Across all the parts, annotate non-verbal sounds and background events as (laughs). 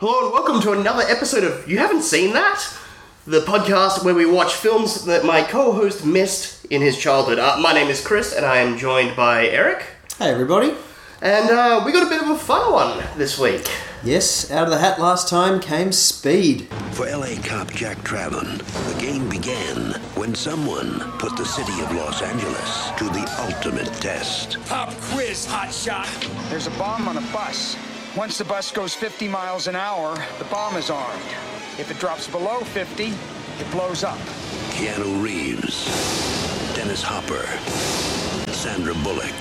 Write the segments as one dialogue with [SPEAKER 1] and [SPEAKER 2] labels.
[SPEAKER 1] Hello and welcome to another episode of You Haven't Seen That? The podcast where we watch films that my co host missed in his childhood. Uh, my name is Chris and I am joined by Eric.
[SPEAKER 2] Hey everybody.
[SPEAKER 1] And uh, we got a bit of a fun one this week.
[SPEAKER 2] Yes, out of the hat last time came Speed.
[SPEAKER 3] For LA cop Jack Travon, the game began when someone put the city of Los Angeles to the ultimate test.
[SPEAKER 4] Pop quiz, hotshot.
[SPEAKER 5] There's a bomb on a bus. Once the bus goes 50 miles an hour, the bomb is armed. If it drops below 50, it blows up.
[SPEAKER 3] Keanu Reeves, Dennis Hopper, Sandra Bullock.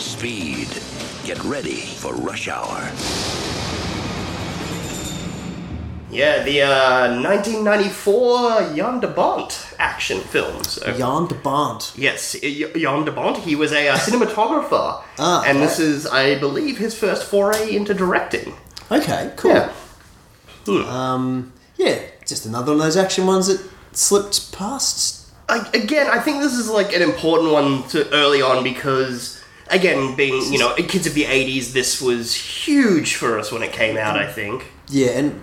[SPEAKER 3] Speed. Get ready for rush hour.
[SPEAKER 1] Yeah, the uh, 1994 Jan de Bont action film. So.
[SPEAKER 2] Jan de Bont.
[SPEAKER 1] Yes, Y- Jan de Bont. He was a uh, cinematographer.
[SPEAKER 2] Ah,
[SPEAKER 1] and this
[SPEAKER 2] right.
[SPEAKER 1] is, I believe, his first foray into directing.
[SPEAKER 2] Okay, cool.
[SPEAKER 1] Yeah. Hmm.
[SPEAKER 2] Yeah, just another one of those action ones that slipped past.
[SPEAKER 1] I, again, I think this is like an important one to early on because, again, being you know kids of the '80s, this was huge for us when it came out. I think.
[SPEAKER 2] Yeah, and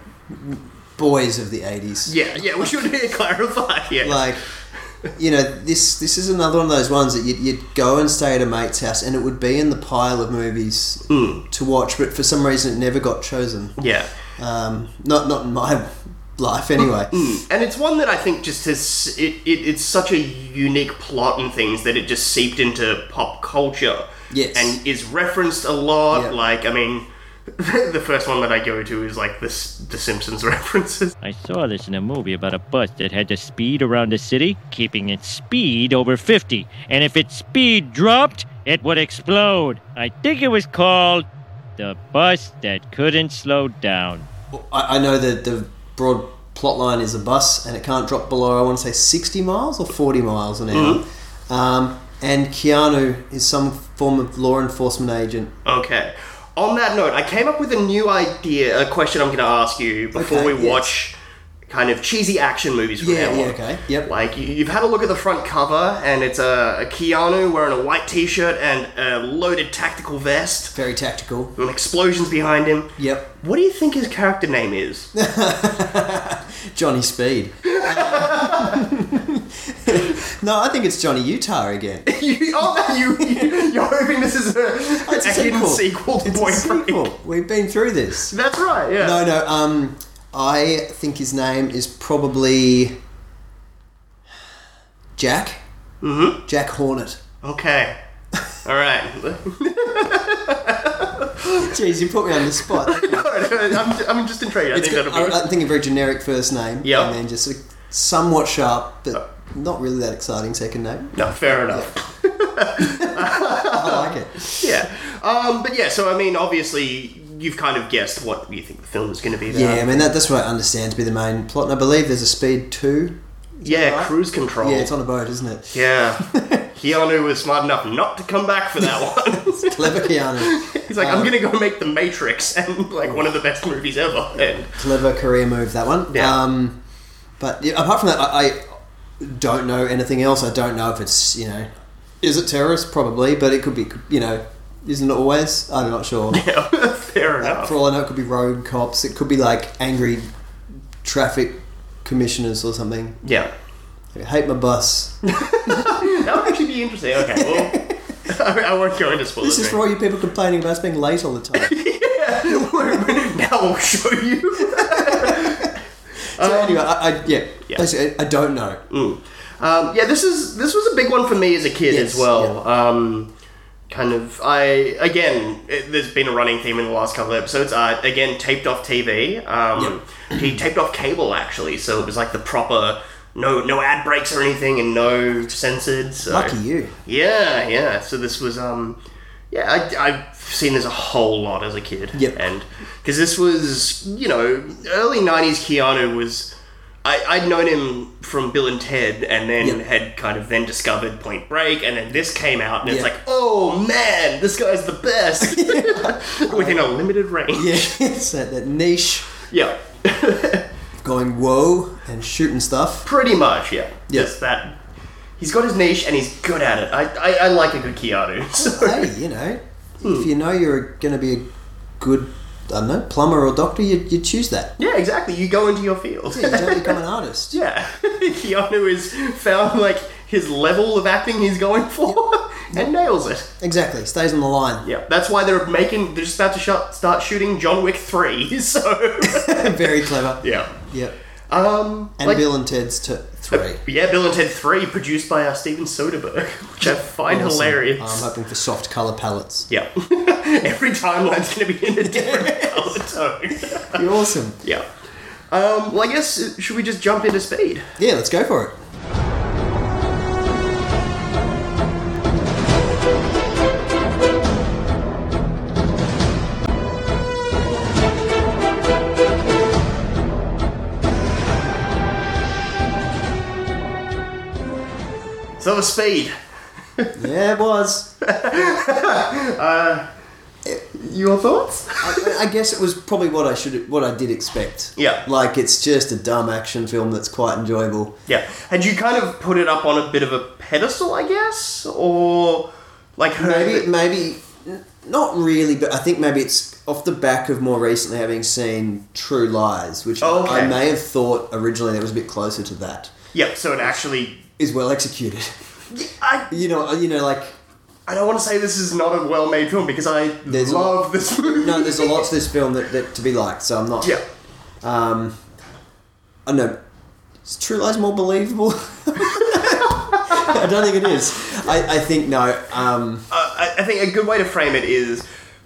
[SPEAKER 2] boys of the eighties.
[SPEAKER 1] Yeah, yeah, we should (laughs) clarify. Yeah,
[SPEAKER 2] Like, you know, this this is another one of those ones that you'd, you'd go and stay at a mate's house, and it would be in the pile of movies to watch, but for some reason it never got chosen.
[SPEAKER 1] Hmm. yeah,
[SPEAKER 2] Um, not not in my life anyway.
[SPEAKER 1] and it's one that I think just has it, it. It's such a unique plot and things that it just seeped into pop culture.
[SPEAKER 2] Yes.
[SPEAKER 1] and is referenced a lot.
[SPEAKER 2] Yeah.
[SPEAKER 1] Like, I mean. (laughs) the first one that I go to is like this the Simpsons (laughs) references.
[SPEAKER 6] I saw this in a movie about a bus that had to speed around the city, keeping its speed over 50. And if its speed dropped, it would explode. I think it was called The Bus That Couldn't Slow Down.
[SPEAKER 2] I, I know that the broad plot line is a bus and it can't drop below, I want to say 60 miles or 40 miles an hour. Um, and Keanu is some form of law enforcement agent.
[SPEAKER 1] Okay. On that note, I came up with a new idea, a question I'm going to ask you before
[SPEAKER 2] Okay,
[SPEAKER 1] we
[SPEAKER 2] yes.
[SPEAKER 1] watch kind of cheesy action movies from now
[SPEAKER 2] Yeah, yeah,
[SPEAKER 1] on.
[SPEAKER 2] okay, yep.
[SPEAKER 1] Like, you- you've had a look at the front cover, and it's a, a Keanu wearing a white t shirt and a loaded tactical vest,
[SPEAKER 2] Very tactical.
[SPEAKER 1] and explosions behind him.
[SPEAKER 2] Yep.
[SPEAKER 1] What do you think his character name
[SPEAKER 2] (laughs)
[SPEAKER 1] is?
[SPEAKER 2] Johnny Speed. (laughs) no, I think it's Johnny Utah again.
[SPEAKER 1] you,
[SPEAKER 2] (laughs)
[SPEAKER 1] oh, you, you, you're hoping this is a, (laughs)
[SPEAKER 2] It's a
[SPEAKER 1] a hidden sequel to
[SPEAKER 2] It's a
[SPEAKER 1] Point Break.
[SPEAKER 2] sequel. We've been through this.
[SPEAKER 1] That's right, yeah.
[SPEAKER 2] No, no. Um, I think his name is probably Jack. Mm-hmm. Jack Hornet. (laughs)
[SPEAKER 1] Okay. All right. (laughs)
[SPEAKER 2] Jeez, you put me on the (laughs) spot.
[SPEAKER 1] I'm, I'm just intrigued. I
[SPEAKER 2] It's
[SPEAKER 1] think
[SPEAKER 2] good.
[SPEAKER 1] that'll be.
[SPEAKER 2] I, I'm thinking very generic first name,
[SPEAKER 1] Yeah. Uh.
[SPEAKER 2] and then just a somewhat sharp, but not really that exciting second (laughs) name.
[SPEAKER 1] No, fair enough.
[SPEAKER 2] I like it.
[SPEAKER 1] Yeah. Um, but yeah, so I mean, obviously, you've kind of guessed what you think the film is going to be.
[SPEAKER 2] Yeah,
[SPEAKER 1] About.
[SPEAKER 2] I mean that, that's what I understand to be the main plot, and I believe there's a speed two.
[SPEAKER 1] Yeah, cruise control.
[SPEAKER 2] Yeah, it's on a boat, isn't it?
[SPEAKER 1] Yeah. Keanu was smart enough not to come back for
[SPEAKER 2] (laughs)
[SPEAKER 1] that one.
[SPEAKER 2] Clever (laughs) Keanu,
[SPEAKER 1] He's like, I'm going to go make The Matrix and like one of the best movies ever. And
[SPEAKER 2] clever career move that one.
[SPEAKER 1] Yeah.
[SPEAKER 2] Um, but yeah, apart from that, I, I don't know anything else. I don't know if it's you know, is it terrorist? Probably, but it could be you know, isn't it always? I'm not sure.
[SPEAKER 1] (laughs) yeah, fair
[SPEAKER 2] Uh,
[SPEAKER 1] enough.
[SPEAKER 2] for all I know, it could be rogue cops. It could be like angry traffic commissioners or something.
[SPEAKER 1] yeah.
[SPEAKER 2] I hate my bus.
[SPEAKER 1] That would actually be interesting. Okay, well, (laughs) I, I won't go into spoilers.
[SPEAKER 2] This is for all you people complaining about us being late all
[SPEAKER 1] (laughs)
[SPEAKER 2] the time.
[SPEAKER 1] right? (laughs) now I'll show you.
[SPEAKER 2] so anyway, I, I yeah,
[SPEAKER 1] Um, yeah.
[SPEAKER 2] basically, I, I don't know.
[SPEAKER 1] Um, yeah, this is this was a big one for me as a kid
[SPEAKER 2] Yes,
[SPEAKER 1] as well. Um, kind of, I again, it, there's been a running theme in the last couple of episodes. Uh, again, taped off TV. Um, He taped off cable actually, so it was like the proper no no ad breaks or anything, and no censored. So.
[SPEAKER 2] Lucky you. (laughs)
[SPEAKER 1] Yeah, yeah. So this was, um, yeah, I, I've seen this a whole lot as a kid.
[SPEAKER 2] Yep.
[SPEAKER 1] And because this was, you know, early '90s Keanu was. I, I'd known him from Bill and Ted, and then
[SPEAKER 2] Yep.
[SPEAKER 1] had kind of then discovered Point Break, and then this came out, and it's
[SPEAKER 2] Yeah.
[SPEAKER 1] like, oh man, this guy's the
[SPEAKER 2] (laughs)
[SPEAKER 1] best (laughs) within a limited range.
[SPEAKER 2] Yeah, it's that, that niche
[SPEAKER 1] Yeah, (laughs)
[SPEAKER 2] of going whoa and shooting stuff.
[SPEAKER 1] pretty much. Yeah,
[SPEAKER 2] Yeah.
[SPEAKER 1] just that. He's got his niche, and he's good at it. I, I, I like a good Keanu. (laughs) So.
[SPEAKER 2] Hey, you know, if you know you're going to be a good I don't know, plumber or doctor, you, you choose that.
[SPEAKER 1] Yeah, exactly. You go into your field.
[SPEAKER 2] Yeah, you don't become an
[SPEAKER 1] (laughs)
[SPEAKER 2] artist.
[SPEAKER 1] Yeah. Keanu has found like his level of acting he's going for (laughs) and nails it.
[SPEAKER 2] Exactly, stays on the line.
[SPEAKER 1] Yeah. That's why they're making they're just about to shut, start shooting John Wick 3. (laughs) So
[SPEAKER 2] (laughs) Very clever.
[SPEAKER 1] Yeah.
[SPEAKER 2] Yep.
[SPEAKER 1] Um
[SPEAKER 2] And
[SPEAKER 1] like-
[SPEAKER 2] Bill and Ted's t- three.
[SPEAKER 1] Yeah, Bill and Ted 3 produced by uh, Steven Soderbergh, (laughs) which I find
[SPEAKER 2] Awesome.
[SPEAKER 1] hilarious.
[SPEAKER 2] I'm hoping for soft color
[SPEAKER 1] (laughs)
[SPEAKER 2] palettes.
[SPEAKER 1] yeah. Every timeline's going to be in a (laughs) different color (laughs) tone.
[SPEAKER 2] You're awesome.
[SPEAKER 1] yeah. Um, well, I guess, uh, should we just jump into speed?
[SPEAKER 2] Yeah, let's go for it.
[SPEAKER 1] So, the speed.
[SPEAKER 2] Yeah, it was.
[SPEAKER 1] Your thoughts?
[SPEAKER 2] (laughs) I, I guess it was probably what I should, what I did expect.
[SPEAKER 1] Yeah.
[SPEAKER 2] Like it's just a dumb action film that's quite enjoyable.
[SPEAKER 1] Yeah. Had you kind of put it up on a bit of a pedestal, I guess? Or, like, heard
[SPEAKER 2] Maybe,
[SPEAKER 1] that-
[SPEAKER 2] maybe n- not really, but I think maybe it's off the back of more recently having seen True Lies, which
[SPEAKER 1] Oh, okay.
[SPEAKER 2] I may have thought originally that was a bit closer to that.
[SPEAKER 1] Yeah, so it actually.
[SPEAKER 2] Is well executed. (laughs)
[SPEAKER 1] I,
[SPEAKER 2] you know, uh, you know, like
[SPEAKER 1] I don't want to say this is not a well made film because I
[SPEAKER 2] There's a
[SPEAKER 1] love
[SPEAKER 2] lot-
[SPEAKER 1] this movie.
[SPEAKER 2] no, there's a lot to this film that, that to be liked. So I'm not.
[SPEAKER 1] Yeah.
[SPEAKER 2] I know. Is True Lies more believable? (laughs) I don't think it is. I, I think no. Um,
[SPEAKER 1] Uh, I, I think a good way to frame it is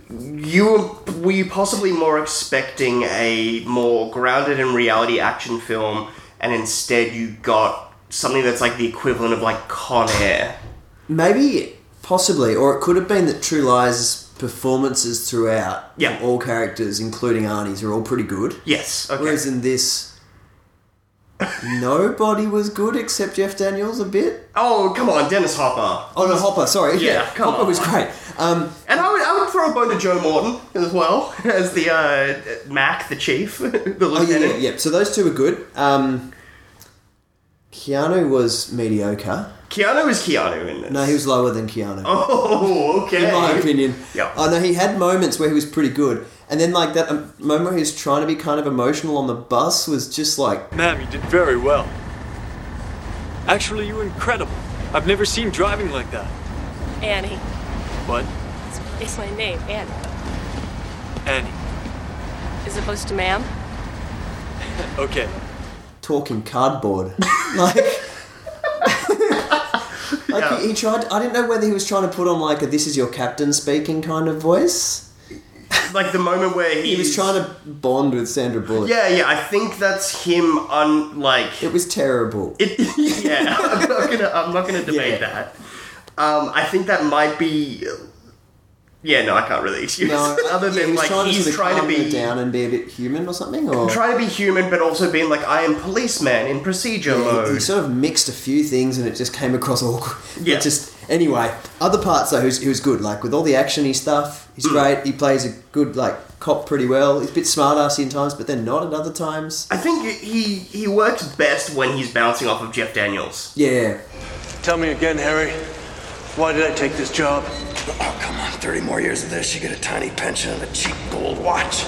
[SPEAKER 1] you were, were you possibly more expecting a more grounded in reality action film and instead you got something that's like the equivalent of like con air
[SPEAKER 2] maybe, possibly, or it could have been that True Lies performances throughout,
[SPEAKER 1] Yeah.
[SPEAKER 2] all characters, including Arnie's, are all pretty good.
[SPEAKER 1] yes okay
[SPEAKER 2] Whereas in this, nobody was good except Jeff Daniels a bit.
[SPEAKER 1] oh come on dennis hopper
[SPEAKER 2] Oh no, Hopper. Sorry,
[SPEAKER 1] Yeah, come
[SPEAKER 2] Hopper
[SPEAKER 1] on.
[SPEAKER 2] was great. Um,
[SPEAKER 1] and I would, I would throw a bone to joe morton as well (laughs) as the uh, mac the chief (laughs) the
[SPEAKER 2] Oh yeah,
[SPEAKER 1] lieutenant
[SPEAKER 2] yeah, yeah. So those two were good. Um, Keanu was mediocre.
[SPEAKER 1] keanu is keanu in this
[SPEAKER 2] No, he was lower than Keanu.
[SPEAKER 1] (laughs) oh okay
[SPEAKER 2] in my opinion.
[SPEAKER 1] Yeah.
[SPEAKER 2] I know he had moments where he was pretty good, and then like that um, moment where he was trying to be kind of emotional on the bus was just like,
[SPEAKER 7] Ma'am, you did very well. Actually, you were incredible. I've never seen driving like that.
[SPEAKER 8] Annie.
[SPEAKER 7] What?
[SPEAKER 8] It's, it's my name, Annie.
[SPEAKER 7] Annie.
[SPEAKER 8] As opposed to ma'am.
[SPEAKER 7] Okay.
[SPEAKER 2] talking cardboard. (laughs) like,
[SPEAKER 1] (laughs)
[SPEAKER 2] like
[SPEAKER 1] Yeah.
[SPEAKER 2] he, he tried. I didn't know whether he was trying to put on like a "This is your captain" speaking kind of voice.
[SPEAKER 1] like the moment where
[SPEAKER 2] He was trying to bond with Sandra Bullock.
[SPEAKER 1] yeah yeah i think that's him on like
[SPEAKER 2] It was terrible.
[SPEAKER 1] (laughs) It, yeah, (laughs) I'm not gonna. I'm not gonna debate
[SPEAKER 2] Yeah.
[SPEAKER 1] that. Um, I think that might be. Yeah, no, I can't really excuse.
[SPEAKER 2] No,
[SPEAKER 1] (laughs) other
[SPEAKER 2] yeah, he
[SPEAKER 1] than
[SPEAKER 2] was
[SPEAKER 1] like
[SPEAKER 2] trying
[SPEAKER 1] he's
[SPEAKER 2] sort of
[SPEAKER 1] trying to
[SPEAKER 2] calm her
[SPEAKER 1] be
[SPEAKER 2] down and be a bit human or something. Or
[SPEAKER 1] trying to be human, but also being like I am policeman in procedure
[SPEAKER 2] He- he
[SPEAKER 1] mode.
[SPEAKER 2] sort of mixed a few things and it just came across awkward.
[SPEAKER 1] Yeah.
[SPEAKER 2] It just anyway, other parts though, he was, he was good. Like with all the actiony stuff, he's
[SPEAKER 1] Mm.
[SPEAKER 2] great. He plays a good like cop pretty well. He's a bit smartassy in times, but then not at other times.
[SPEAKER 1] I think he he works best when he's bouncing off of Jeff Daniels.
[SPEAKER 2] Yeah,
[SPEAKER 7] Tell me again, Harry. Why did I take this job?
[SPEAKER 3] Oh, come on. 30 more years of this, you get a tiny pension and a cheap gold watch.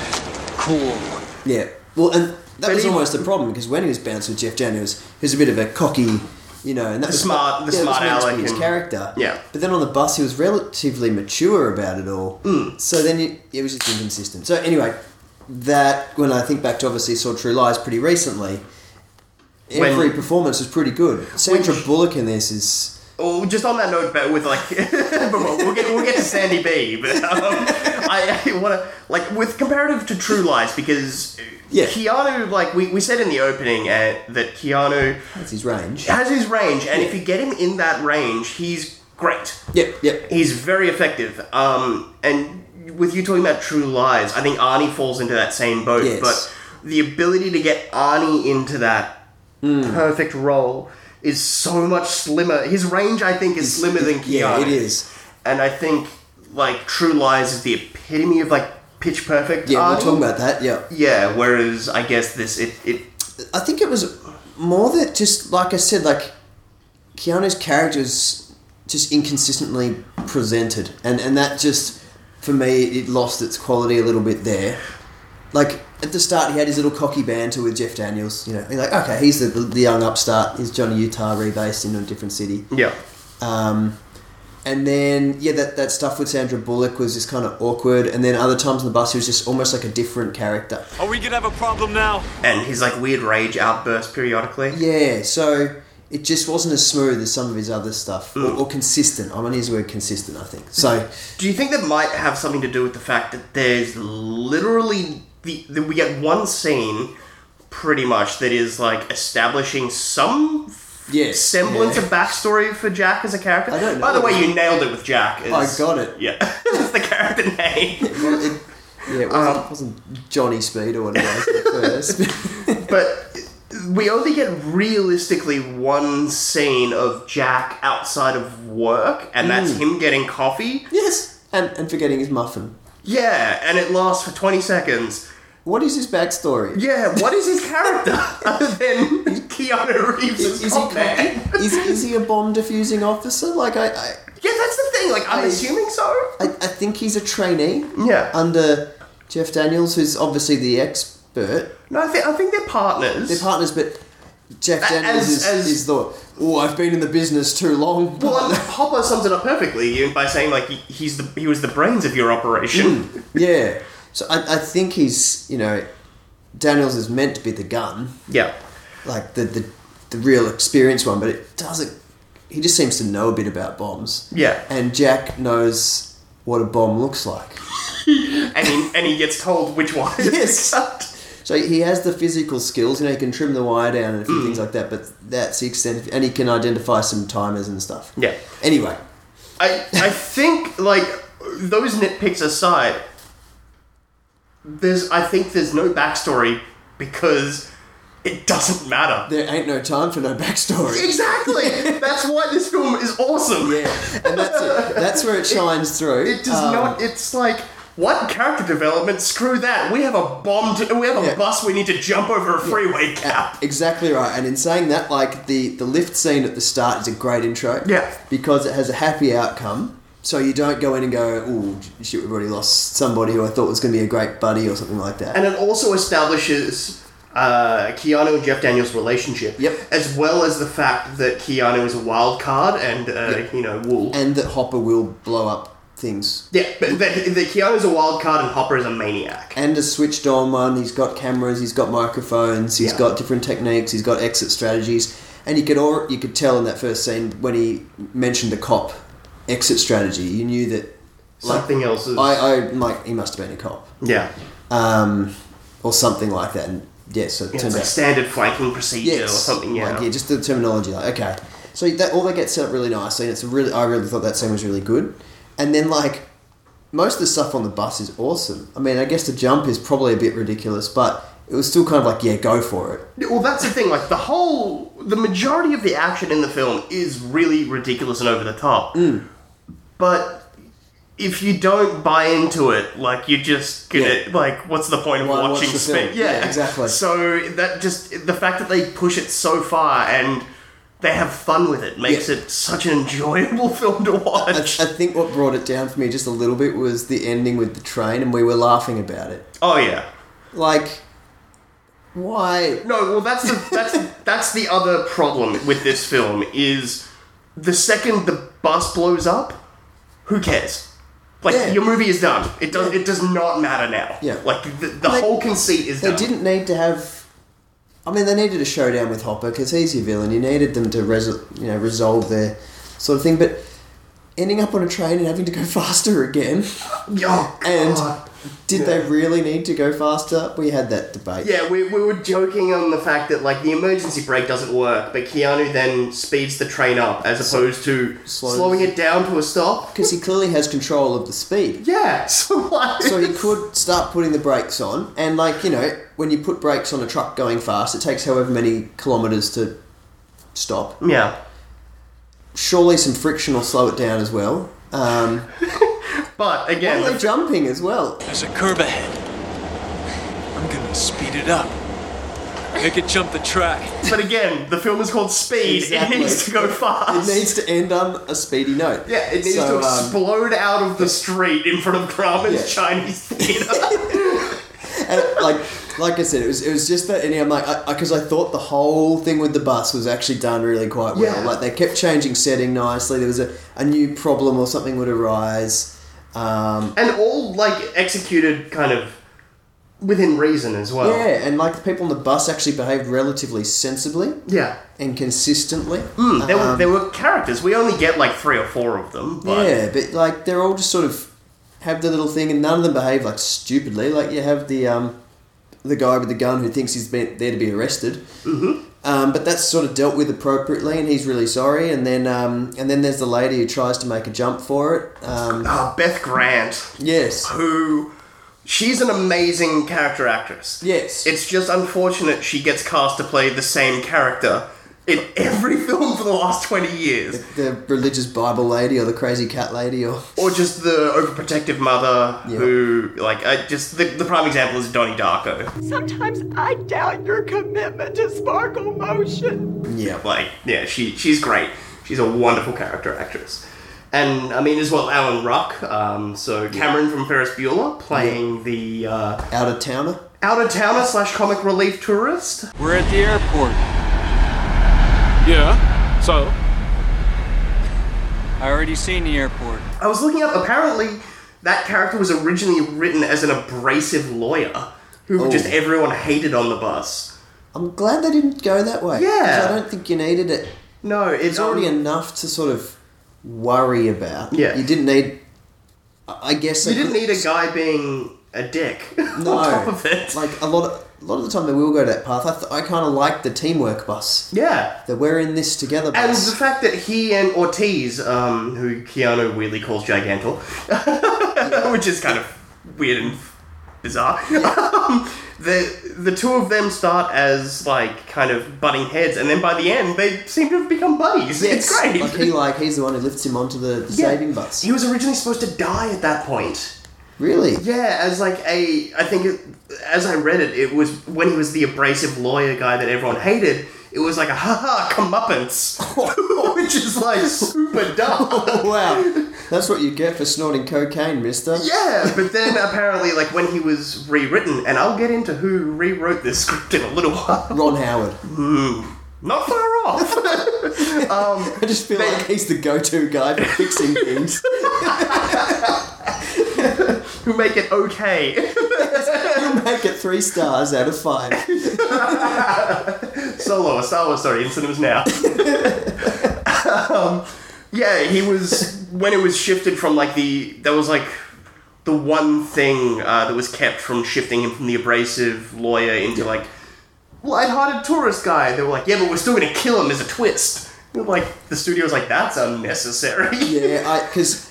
[SPEAKER 7] Cool.
[SPEAKER 2] yeah. Well, and that
[SPEAKER 1] But
[SPEAKER 2] was
[SPEAKER 1] he-
[SPEAKER 2] almost the problem because when he was bounced with Jeff Daniels, he was a bit of a cocky. You know, and that was
[SPEAKER 1] smart- the
[SPEAKER 2] yeah, that was
[SPEAKER 1] smart
[SPEAKER 2] meant to be
[SPEAKER 1] aleck
[SPEAKER 2] his
[SPEAKER 1] and-
[SPEAKER 2] character.
[SPEAKER 1] Yeah.
[SPEAKER 2] but then on the bus, he was relatively mature about it all.
[SPEAKER 1] Hmm.
[SPEAKER 2] So then it, it was just inconsistent. So anyway, that when I think back to obviously saw True Lies pretty recently,
[SPEAKER 1] When-
[SPEAKER 2] every performance was pretty good. Sandra
[SPEAKER 1] Which-
[SPEAKER 2] Bullock in this is
[SPEAKER 1] Or Oh, just on that note, but with like, (laughs) but we'll we'll get we'll get to Sandy B. But um, I, I want to like with comparative to True Lies because
[SPEAKER 2] Yeah.
[SPEAKER 1] Keanu like we, we said in the opening uh, that Keanu
[SPEAKER 2] that's his range.
[SPEAKER 1] has his range, and if you get him in that range, he's great.
[SPEAKER 2] Yep, yep.
[SPEAKER 1] He's very effective. Um, and with you talking about True Lies, I think Arnie falls into that same boat.
[SPEAKER 2] Yes.
[SPEAKER 1] But the ability to get Arnie into that
[SPEAKER 2] Hmm.
[SPEAKER 1] perfect role is so much slimmer. His range, I think, is slimmer than Keanu.
[SPEAKER 2] Yeah, it is.
[SPEAKER 1] And I think like True Lies is the epitome of like pitch perfect.
[SPEAKER 2] Yeah, we're
[SPEAKER 1] Arnie.
[SPEAKER 2] talking about that. Yeah.
[SPEAKER 1] Yeah, whereas I guess this it, it
[SPEAKER 2] I think it was more that just like I said, like Keanu's character is just inconsistently presented, and and that just for me it lost its quality a little bit there. like at the start he had his little cocky banter with Jeff Daniels. You know, he's like, okay, he's the, the young upstart. He's Johnny Utah rebased into a different city.
[SPEAKER 1] Yeah.
[SPEAKER 2] Um, and then yeah, that, that stuff with Sandra Bullock was just kind of awkward. And then other times on the bus, he was just almost like a different character.
[SPEAKER 7] Are we gonna have a problem now?
[SPEAKER 1] And his like weird rage outbursts periodically.
[SPEAKER 2] Yeah, so it just wasn't as smooth as some of his other stuff, or,
[SPEAKER 1] Mm.
[SPEAKER 2] or consistent. I'm gonna use the word consistent. I think
[SPEAKER 1] (laughs)
[SPEAKER 2] so.
[SPEAKER 1] Do you think that might have something to do with the fact that there's literally the, the we get one scene pretty much that is like establishing some
[SPEAKER 2] Yes,
[SPEAKER 1] semblance
[SPEAKER 2] yeah.
[SPEAKER 1] of backstory for Jack as a character.
[SPEAKER 2] I don't
[SPEAKER 1] By the
[SPEAKER 2] know.
[SPEAKER 1] way, you nailed it with Jack.
[SPEAKER 2] I
[SPEAKER 1] is-
[SPEAKER 2] got it.
[SPEAKER 1] Yeah, (laughs) that's the character name.
[SPEAKER 2] Well, it, yeah, it wasn't,
[SPEAKER 1] um,
[SPEAKER 2] wasn't Johnny Speed or whatever it was
[SPEAKER 1] (laughs)
[SPEAKER 2] at first.
[SPEAKER 1] But we only get realistically one scene of Jack outside of work, and that's
[SPEAKER 2] Mm.
[SPEAKER 1] him getting coffee.
[SPEAKER 2] yes, and, and forgetting his muffin.
[SPEAKER 1] Yeah, and it lasts for twenty seconds.
[SPEAKER 2] What is his backstory?
[SPEAKER 1] Yeah, what is his character (laughs) other than Keanu Reeves
[SPEAKER 2] Is,
[SPEAKER 1] as
[SPEAKER 2] is, he,
[SPEAKER 1] Batman?
[SPEAKER 2] is, is he a bomb defusing officer? Like, I, I,
[SPEAKER 1] Yeah, that's the thing. Like, I'm
[SPEAKER 2] I-
[SPEAKER 1] assuming so.
[SPEAKER 2] I, I think he's a trainee
[SPEAKER 1] Yeah.
[SPEAKER 2] under Jeff Daniels, who's obviously the expert.
[SPEAKER 1] no, I think I think they're partners.
[SPEAKER 2] They're partners, but Jeff
[SPEAKER 1] A-
[SPEAKER 2] Daniels
[SPEAKER 1] as-
[SPEAKER 2] is,
[SPEAKER 1] as-
[SPEAKER 2] is the, oh, I've been in the business too long. (laughs)
[SPEAKER 1] well, and Hopper sums it up perfectly you- by saying like he, he's the he was the brains of your operation.
[SPEAKER 2] Mm. yeah. So I, I think he's, you know, Daniels is meant to be the gun.
[SPEAKER 1] Yeah,
[SPEAKER 2] like the the, the real experienced one, but it doesn't. He just seems to know a bit about bombs.
[SPEAKER 1] Yeah.
[SPEAKER 2] And Jack knows what a bomb looks like.
[SPEAKER 1] and he, and he gets told which one. is
[SPEAKER 2] Yes.
[SPEAKER 1] cut.
[SPEAKER 2] So he has the physical skills, you know, he can trim the wire down and a
[SPEAKER 1] Mm.
[SPEAKER 2] few things like that, but that's the extent, of, and he can identify some timers and stuff.
[SPEAKER 1] Yeah.
[SPEAKER 2] Anyway,
[SPEAKER 1] I I think like those nitpicks aside, there's I think there's no backstory because it doesn't matter.
[SPEAKER 2] there ain't no time for no backstory.
[SPEAKER 1] Exactly. That's why this film is awesome.
[SPEAKER 2] Yeah, and that's it. That's where it shines through.
[SPEAKER 1] It does
[SPEAKER 2] Um,
[SPEAKER 1] not. It's like what character development? Screw that. We have a bomb. To, we have a
[SPEAKER 2] Yeah.
[SPEAKER 1] bus. We need to jump over a freeway cap.
[SPEAKER 2] Exactly right. And in saying that, like the the lift scene at the start is a great intro.
[SPEAKER 1] Yeah.
[SPEAKER 2] Because it has a happy outcome. So you don't go in and go, oh, shit, we've already lost somebody who I thought was going to be a great buddy or something like that.
[SPEAKER 1] And it also establishes uh, Keanu and Jeff Daniels' relationship.
[SPEAKER 2] Yep.
[SPEAKER 1] As well as the fact that Keanu is a wild card and uh, you know Wolf.
[SPEAKER 2] And that Hopper will blow up things.
[SPEAKER 1] yeah, but that, that Keanu's a wild card and Hopper is a maniac.
[SPEAKER 2] And a switched on one. He's got cameras, he's got microphones, He's
[SPEAKER 1] Yeah.
[SPEAKER 2] got different techniques, he's got exit strategies. And you could all, you could tell in that first scene when he mentioned the cop exit strategy, you knew that like,
[SPEAKER 1] Something else is.
[SPEAKER 2] I, I like he must have been a cop.
[SPEAKER 1] yeah.
[SPEAKER 2] um, or something like that. And yeah, so it
[SPEAKER 1] It's
[SPEAKER 2] turns
[SPEAKER 1] like
[SPEAKER 2] out
[SPEAKER 1] standard flanking procedure
[SPEAKER 2] Yes.
[SPEAKER 1] or something. Yeah.
[SPEAKER 2] Like, yeah, just the terminology. Like okay, so that all that gets set up really nicely, and it's a really I really thought that scene was really good. And then like most of the stuff on the bus is awesome. I mean, I guess the jump is probably a bit ridiculous, but it was still kind of like yeah, go for it.
[SPEAKER 1] Well, that's the thing. Like the whole, the majority of the action in the film is really ridiculous and over the top.
[SPEAKER 2] Mm.
[SPEAKER 1] But if you don't buy into it, like you're just gonna,
[SPEAKER 2] Yeah.
[SPEAKER 1] like, what's the point of
[SPEAKER 2] Why watch
[SPEAKER 1] watching
[SPEAKER 2] the film?
[SPEAKER 1] Speed?
[SPEAKER 2] Yeah, exactly.
[SPEAKER 1] So that just the fact that they push it so far and they have fun with it makes
[SPEAKER 2] Yeah.
[SPEAKER 1] it such an enjoyable (laughs) film to
[SPEAKER 2] I, I
[SPEAKER 1] watch.
[SPEAKER 2] think what brought it down for me just a little bit was the ending with the train, and we were laughing about it.
[SPEAKER 1] oh yeah.
[SPEAKER 2] Like, why?
[SPEAKER 1] No, well, that's the that's that's the other problem with this film is the second the bus blows up, who cares? Like
[SPEAKER 2] Yeah.
[SPEAKER 1] your movie is done. It does it does not matter now.
[SPEAKER 2] Yeah.
[SPEAKER 1] Like the, the
[SPEAKER 2] They-
[SPEAKER 1] whole conceit is
[SPEAKER 2] They
[SPEAKER 1] done.
[SPEAKER 2] didn't need to have. I mean, they needed a showdown with Hopper because he's your villain. You needed them to resol- you know, resolve their sort of thing. But ending up on a train and having to go (laughs) faster again,
[SPEAKER 1] Oh,
[SPEAKER 2] and
[SPEAKER 1] God.
[SPEAKER 2] did they really need to go faster? We had that debate.
[SPEAKER 1] yeah, we, we were joking on the fact that like the emergency brake doesn't work, but Keanu then speeds the train up as opposed to
[SPEAKER 2] Slows.
[SPEAKER 1] slowing it down to a stop.
[SPEAKER 2] because he clearly has control of the speed,
[SPEAKER 1] Yeah, (laughs) so like
[SPEAKER 2] so he could start putting the brakes on. And like you know, when you put brakes on a truck going fast, it takes however many kilometers to stop.
[SPEAKER 1] yeah.
[SPEAKER 2] Surely some friction will slow it down as well. Um,
[SPEAKER 1] But
[SPEAKER 2] and
[SPEAKER 1] again,
[SPEAKER 2] they're jumping as well.
[SPEAKER 7] There's a curb ahead. I'm gonna speed it up. Make it jump the track.
[SPEAKER 1] but again, the film is called Speed.
[SPEAKER 2] Exactly.
[SPEAKER 1] It needs to go
[SPEAKER 2] (laughs) It
[SPEAKER 1] fast.
[SPEAKER 2] needs to end on a speedy note.
[SPEAKER 1] Yeah, it needs
[SPEAKER 2] So,
[SPEAKER 1] to
[SPEAKER 2] um, (laughs)
[SPEAKER 1] explode out of the street in front of Grauman's
[SPEAKER 2] Yeah.
[SPEAKER 1] Chinese theater.
[SPEAKER 2] And like, like I said, it was it was just that. And I'm like, because I, thought the whole thing with the bus was actually done really quite well.
[SPEAKER 1] Yeah.
[SPEAKER 2] Like they kept changing setting nicely. There was a, a new problem or something would arise. Um,
[SPEAKER 1] and all like executed kind of within reason as well.
[SPEAKER 2] yeah, and like the people on the bus actually behaved relatively sensibly
[SPEAKER 1] yeah.
[SPEAKER 2] and consistently.
[SPEAKER 1] Hmm, there, were,
[SPEAKER 2] Um,
[SPEAKER 1] there were characters. We only get like three or four of them. But
[SPEAKER 2] Yeah, but like they're all just sort of have their little thing, and none of them behave like stupidly. Like you have the um, the guy with the gun who thinks he's been there to be arrested, mm-hmm. um, but that's sort of dealt with appropriately, and he's really sorry. And then um, and then there's the lady who tries to make a jump for it. Um,
[SPEAKER 1] Ah, Beth Grant,
[SPEAKER 2] yes,
[SPEAKER 1] who she's an amazing character actress.
[SPEAKER 2] yes,
[SPEAKER 1] It's just unfortunate she gets cast to play the same character in every (laughs) film for the last 20 years.
[SPEAKER 2] the religious Bible lady or the crazy cat lady or
[SPEAKER 1] Or just the overprotective mother
[SPEAKER 2] Yeah.
[SPEAKER 1] who, like, I just the, the prime example is Donnie Darko.
[SPEAKER 9] Sometimes I doubt your commitment to Sparkle Motion.
[SPEAKER 2] yeah.
[SPEAKER 1] Like, yeah, she she's great. She's a wonderful character actress. And I mean, as well, Alan Ruck. Um, so Cameron from Ferris Bueller playing the uh,
[SPEAKER 2] Out of towner.
[SPEAKER 1] out of towner slash comic relief tourist.
[SPEAKER 7] We're at the airport. Yeah? So? I already seen the airport.
[SPEAKER 1] I was looking up. Apparently, that character was originally written as an abrasive lawyer who
[SPEAKER 2] Oh.
[SPEAKER 1] just everyone hated on the bus.
[SPEAKER 2] I'm glad they didn't go that way. 'cause
[SPEAKER 1] Yeah.
[SPEAKER 2] I don't think you needed it.
[SPEAKER 1] No, it's
[SPEAKER 2] It's already
[SPEAKER 1] um,
[SPEAKER 2] enough to sort of worry about.
[SPEAKER 1] Yeah.
[SPEAKER 2] You didn't need. I I guess
[SPEAKER 1] You
[SPEAKER 2] they
[SPEAKER 1] didn't
[SPEAKER 2] could-
[SPEAKER 1] need a guy being a dick (laughs)
[SPEAKER 2] No.
[SPEAKER 1] on top of it.
[SPEAKER 2] Like a lot, of, a lot of the time they will go that path. I, th- I kind of like the teamwork bus.
[SPEAKER 1] yeah.
[SPEAKER 2] That we're in this together.
[SPEAKER 1] And
[SPEAKER 2] Bus.
[SPEAKER 1] the fact that he and Ortiz, um, who Keanu weirdly calls Gigantor, (laughs) which is kind of weird and bizarre, um, the the two of them start as like kind of butting heads, and then by the end they seem to have become buddies. It's
[SPEAKER 2] Yes.
[SPEAKER 1] great.
[SPEAKER 2] Like he, like he's the one who lifts him onto the,
[SPEAKER 1] (laughs)
[SPEAKER 2] the
[SPEAKER 1] Yeah.
[SPEAKER 2] saving bus.
[SPEAKER 1] He was originally supposed to die at that point.
[SPEAKER 2] really?
[SPEAKER 1] Yeah, as like a, I think it, as I read it, it was when he was the abrasive lawyer guy that everyone hated. It was like a haha comeuppance, (laughs) which is like super
[SPEAKER 2] (laughs)
[SPEAKER 1] dumb. (laughs)
[SPEAKER 2] Wow. That's what you get for snorting cocaine, Mister.
[SPEAKER 1] Yeah, but then apparently, like when he was rewritten, and I'll get into who rewrote this script in a little while. (laughs)
[SPEAKER 2] Ron Howard.
[SPEAKER 1] Not far off. (laughs)
[SPEAKER 2] I just feel like he's the go-to guy for fixing
[SPEAKER 1] (laughs)
[SPEAKER 2] things.
[SPEAKER 1] who make it okay.
[SPEAKER 2] Make it three stars out of five.
[SPEAKER 1] Solo, a Star Wars story in cinemas now. um, yeah, he was when it was shifted from like the that was like the one thing uh, that was kept from shifting him from the abrasive lawyer into like light-hearted tourist guy. They were like, yeah, but we're still gonna kill him as a twist. And, Like the studio's like that's unnecessary.
[SPEAKER 2] Yeah, I because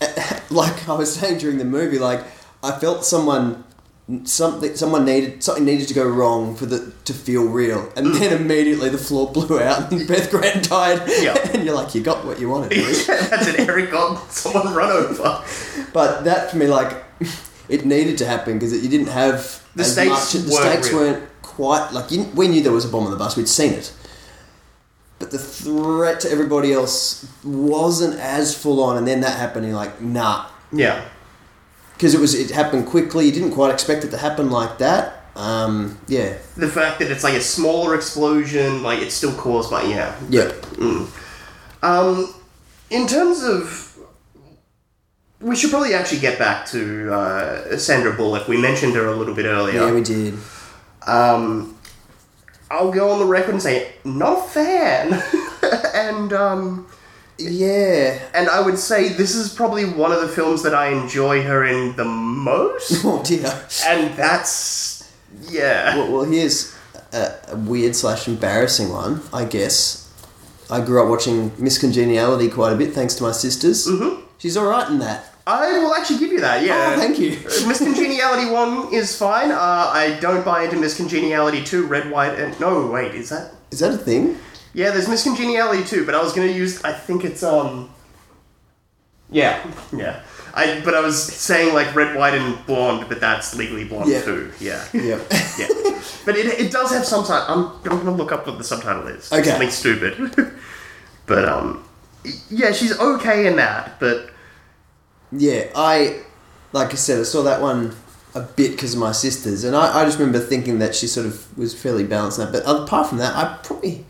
[SPEAKER 2] (laughs) like I was saying during the movie, like I felt someone something someone needed something needed to go wrong for the to feel real,
[SPEAKER 1] Mm.
[SPEAKER 2] and then immediately the floor (laughs) blew out and Beth Grant died,
[SPEAKER 1] Yeah.
[SPEAKER 2] (laughs) and you're like, you got what you wanted.
[SPEAKER 1] (laughs) (laughs)
[SPEAKER 2] Bruce."
[SPEAKER 1] that's an Eric got someone run over.
[SPEAKER 2] but that for me, like (laughs) it needed to happen because you didn't have
[SPEAKER 1] The
[SPEAKER 2] as
[SPEAKER 1] stakes
[SPEAKER 2] much, the
[SPEAKER 1] weren't
[SPEAKER 2] stakes
[SPEAKER 1] real.
[SPEAKER 2] weren't quite like you, we knew there was a bomb on the bus, we'd seen it. But the threat to everybody else wasn't as full on, and then that happened. And you're like, nah,
[SPEAKER 1] Yeah.
[SPEAKER 2] because it was it happened quickly. You didn't quite expect it to happen like that. Um, yeah,
[SPEAKER 1] The fact that it's like a smaller explosion, like it's still caused by yeah,
[SPEAKER 2] yeah,
[SPEAKER 1] in terms of we should probably actually get back to uh, Sandra Bullock. We mentioned her a little bit earlier. Um,
[SPEAKER 2] yeah. We did.
[SPEAKER 1] I'll go on the record and say not a fan. (laughs) and um,
[SPEAKER 2] Yeah, (laughs)
[SPEAKER 1] and I would say this is probably one of the films that I enjoy her in the
[SPEAKER 2] (laughs)
[SPEAKER 1] most.
[SPEAKER 2] oh dear.
[SPEAKER 1] and that's yeah.
[SPEAKER 2] Well, well here's a, a weird slash embarrassing one, I guess. I grew up watching Miss Congeniality quite a bit, thanks to my sisters. Mm-hmm. She's all right in that.
[SPEAKER 1] I will actually give you that. Yeah. Uh,
[SPEAKER 2] Oh, thank (laughs) you.
[SPEAKER 1] Miss Congeniality one is fine. Uh, I don't buy into Miss Congeniality two. Red, white, and no. Wait, is that
[SPEAKER 2] Is that a thing?
[SPEAKER 1] Yeah, there's Miss Congeniality too, but I was gonna use. I think it's um. Yeah, yeah. I but I was saying like red, white, and blonde, but that's legally blonde
[SPEAKER 2] Yeah.
[SPEAKER 1] too. Yeah,
[SPEAKER 2] Yeah. (laughs)
[SPEAKER 1] yeah. But it, it does have some sub- I'm I'm gonna look up what the subtitle is.
[SPEAKER 2] Okay.
[SPEAKER 1] Something stupid. (laughs) but um, yeah, she's okay in that, but
[SPEAKER 2] yeah, I, like I said, I saw that one a bit because of my sisters, and I, I just remember thinking that she sort of was fairly balanced. in that. But apart from that, I probably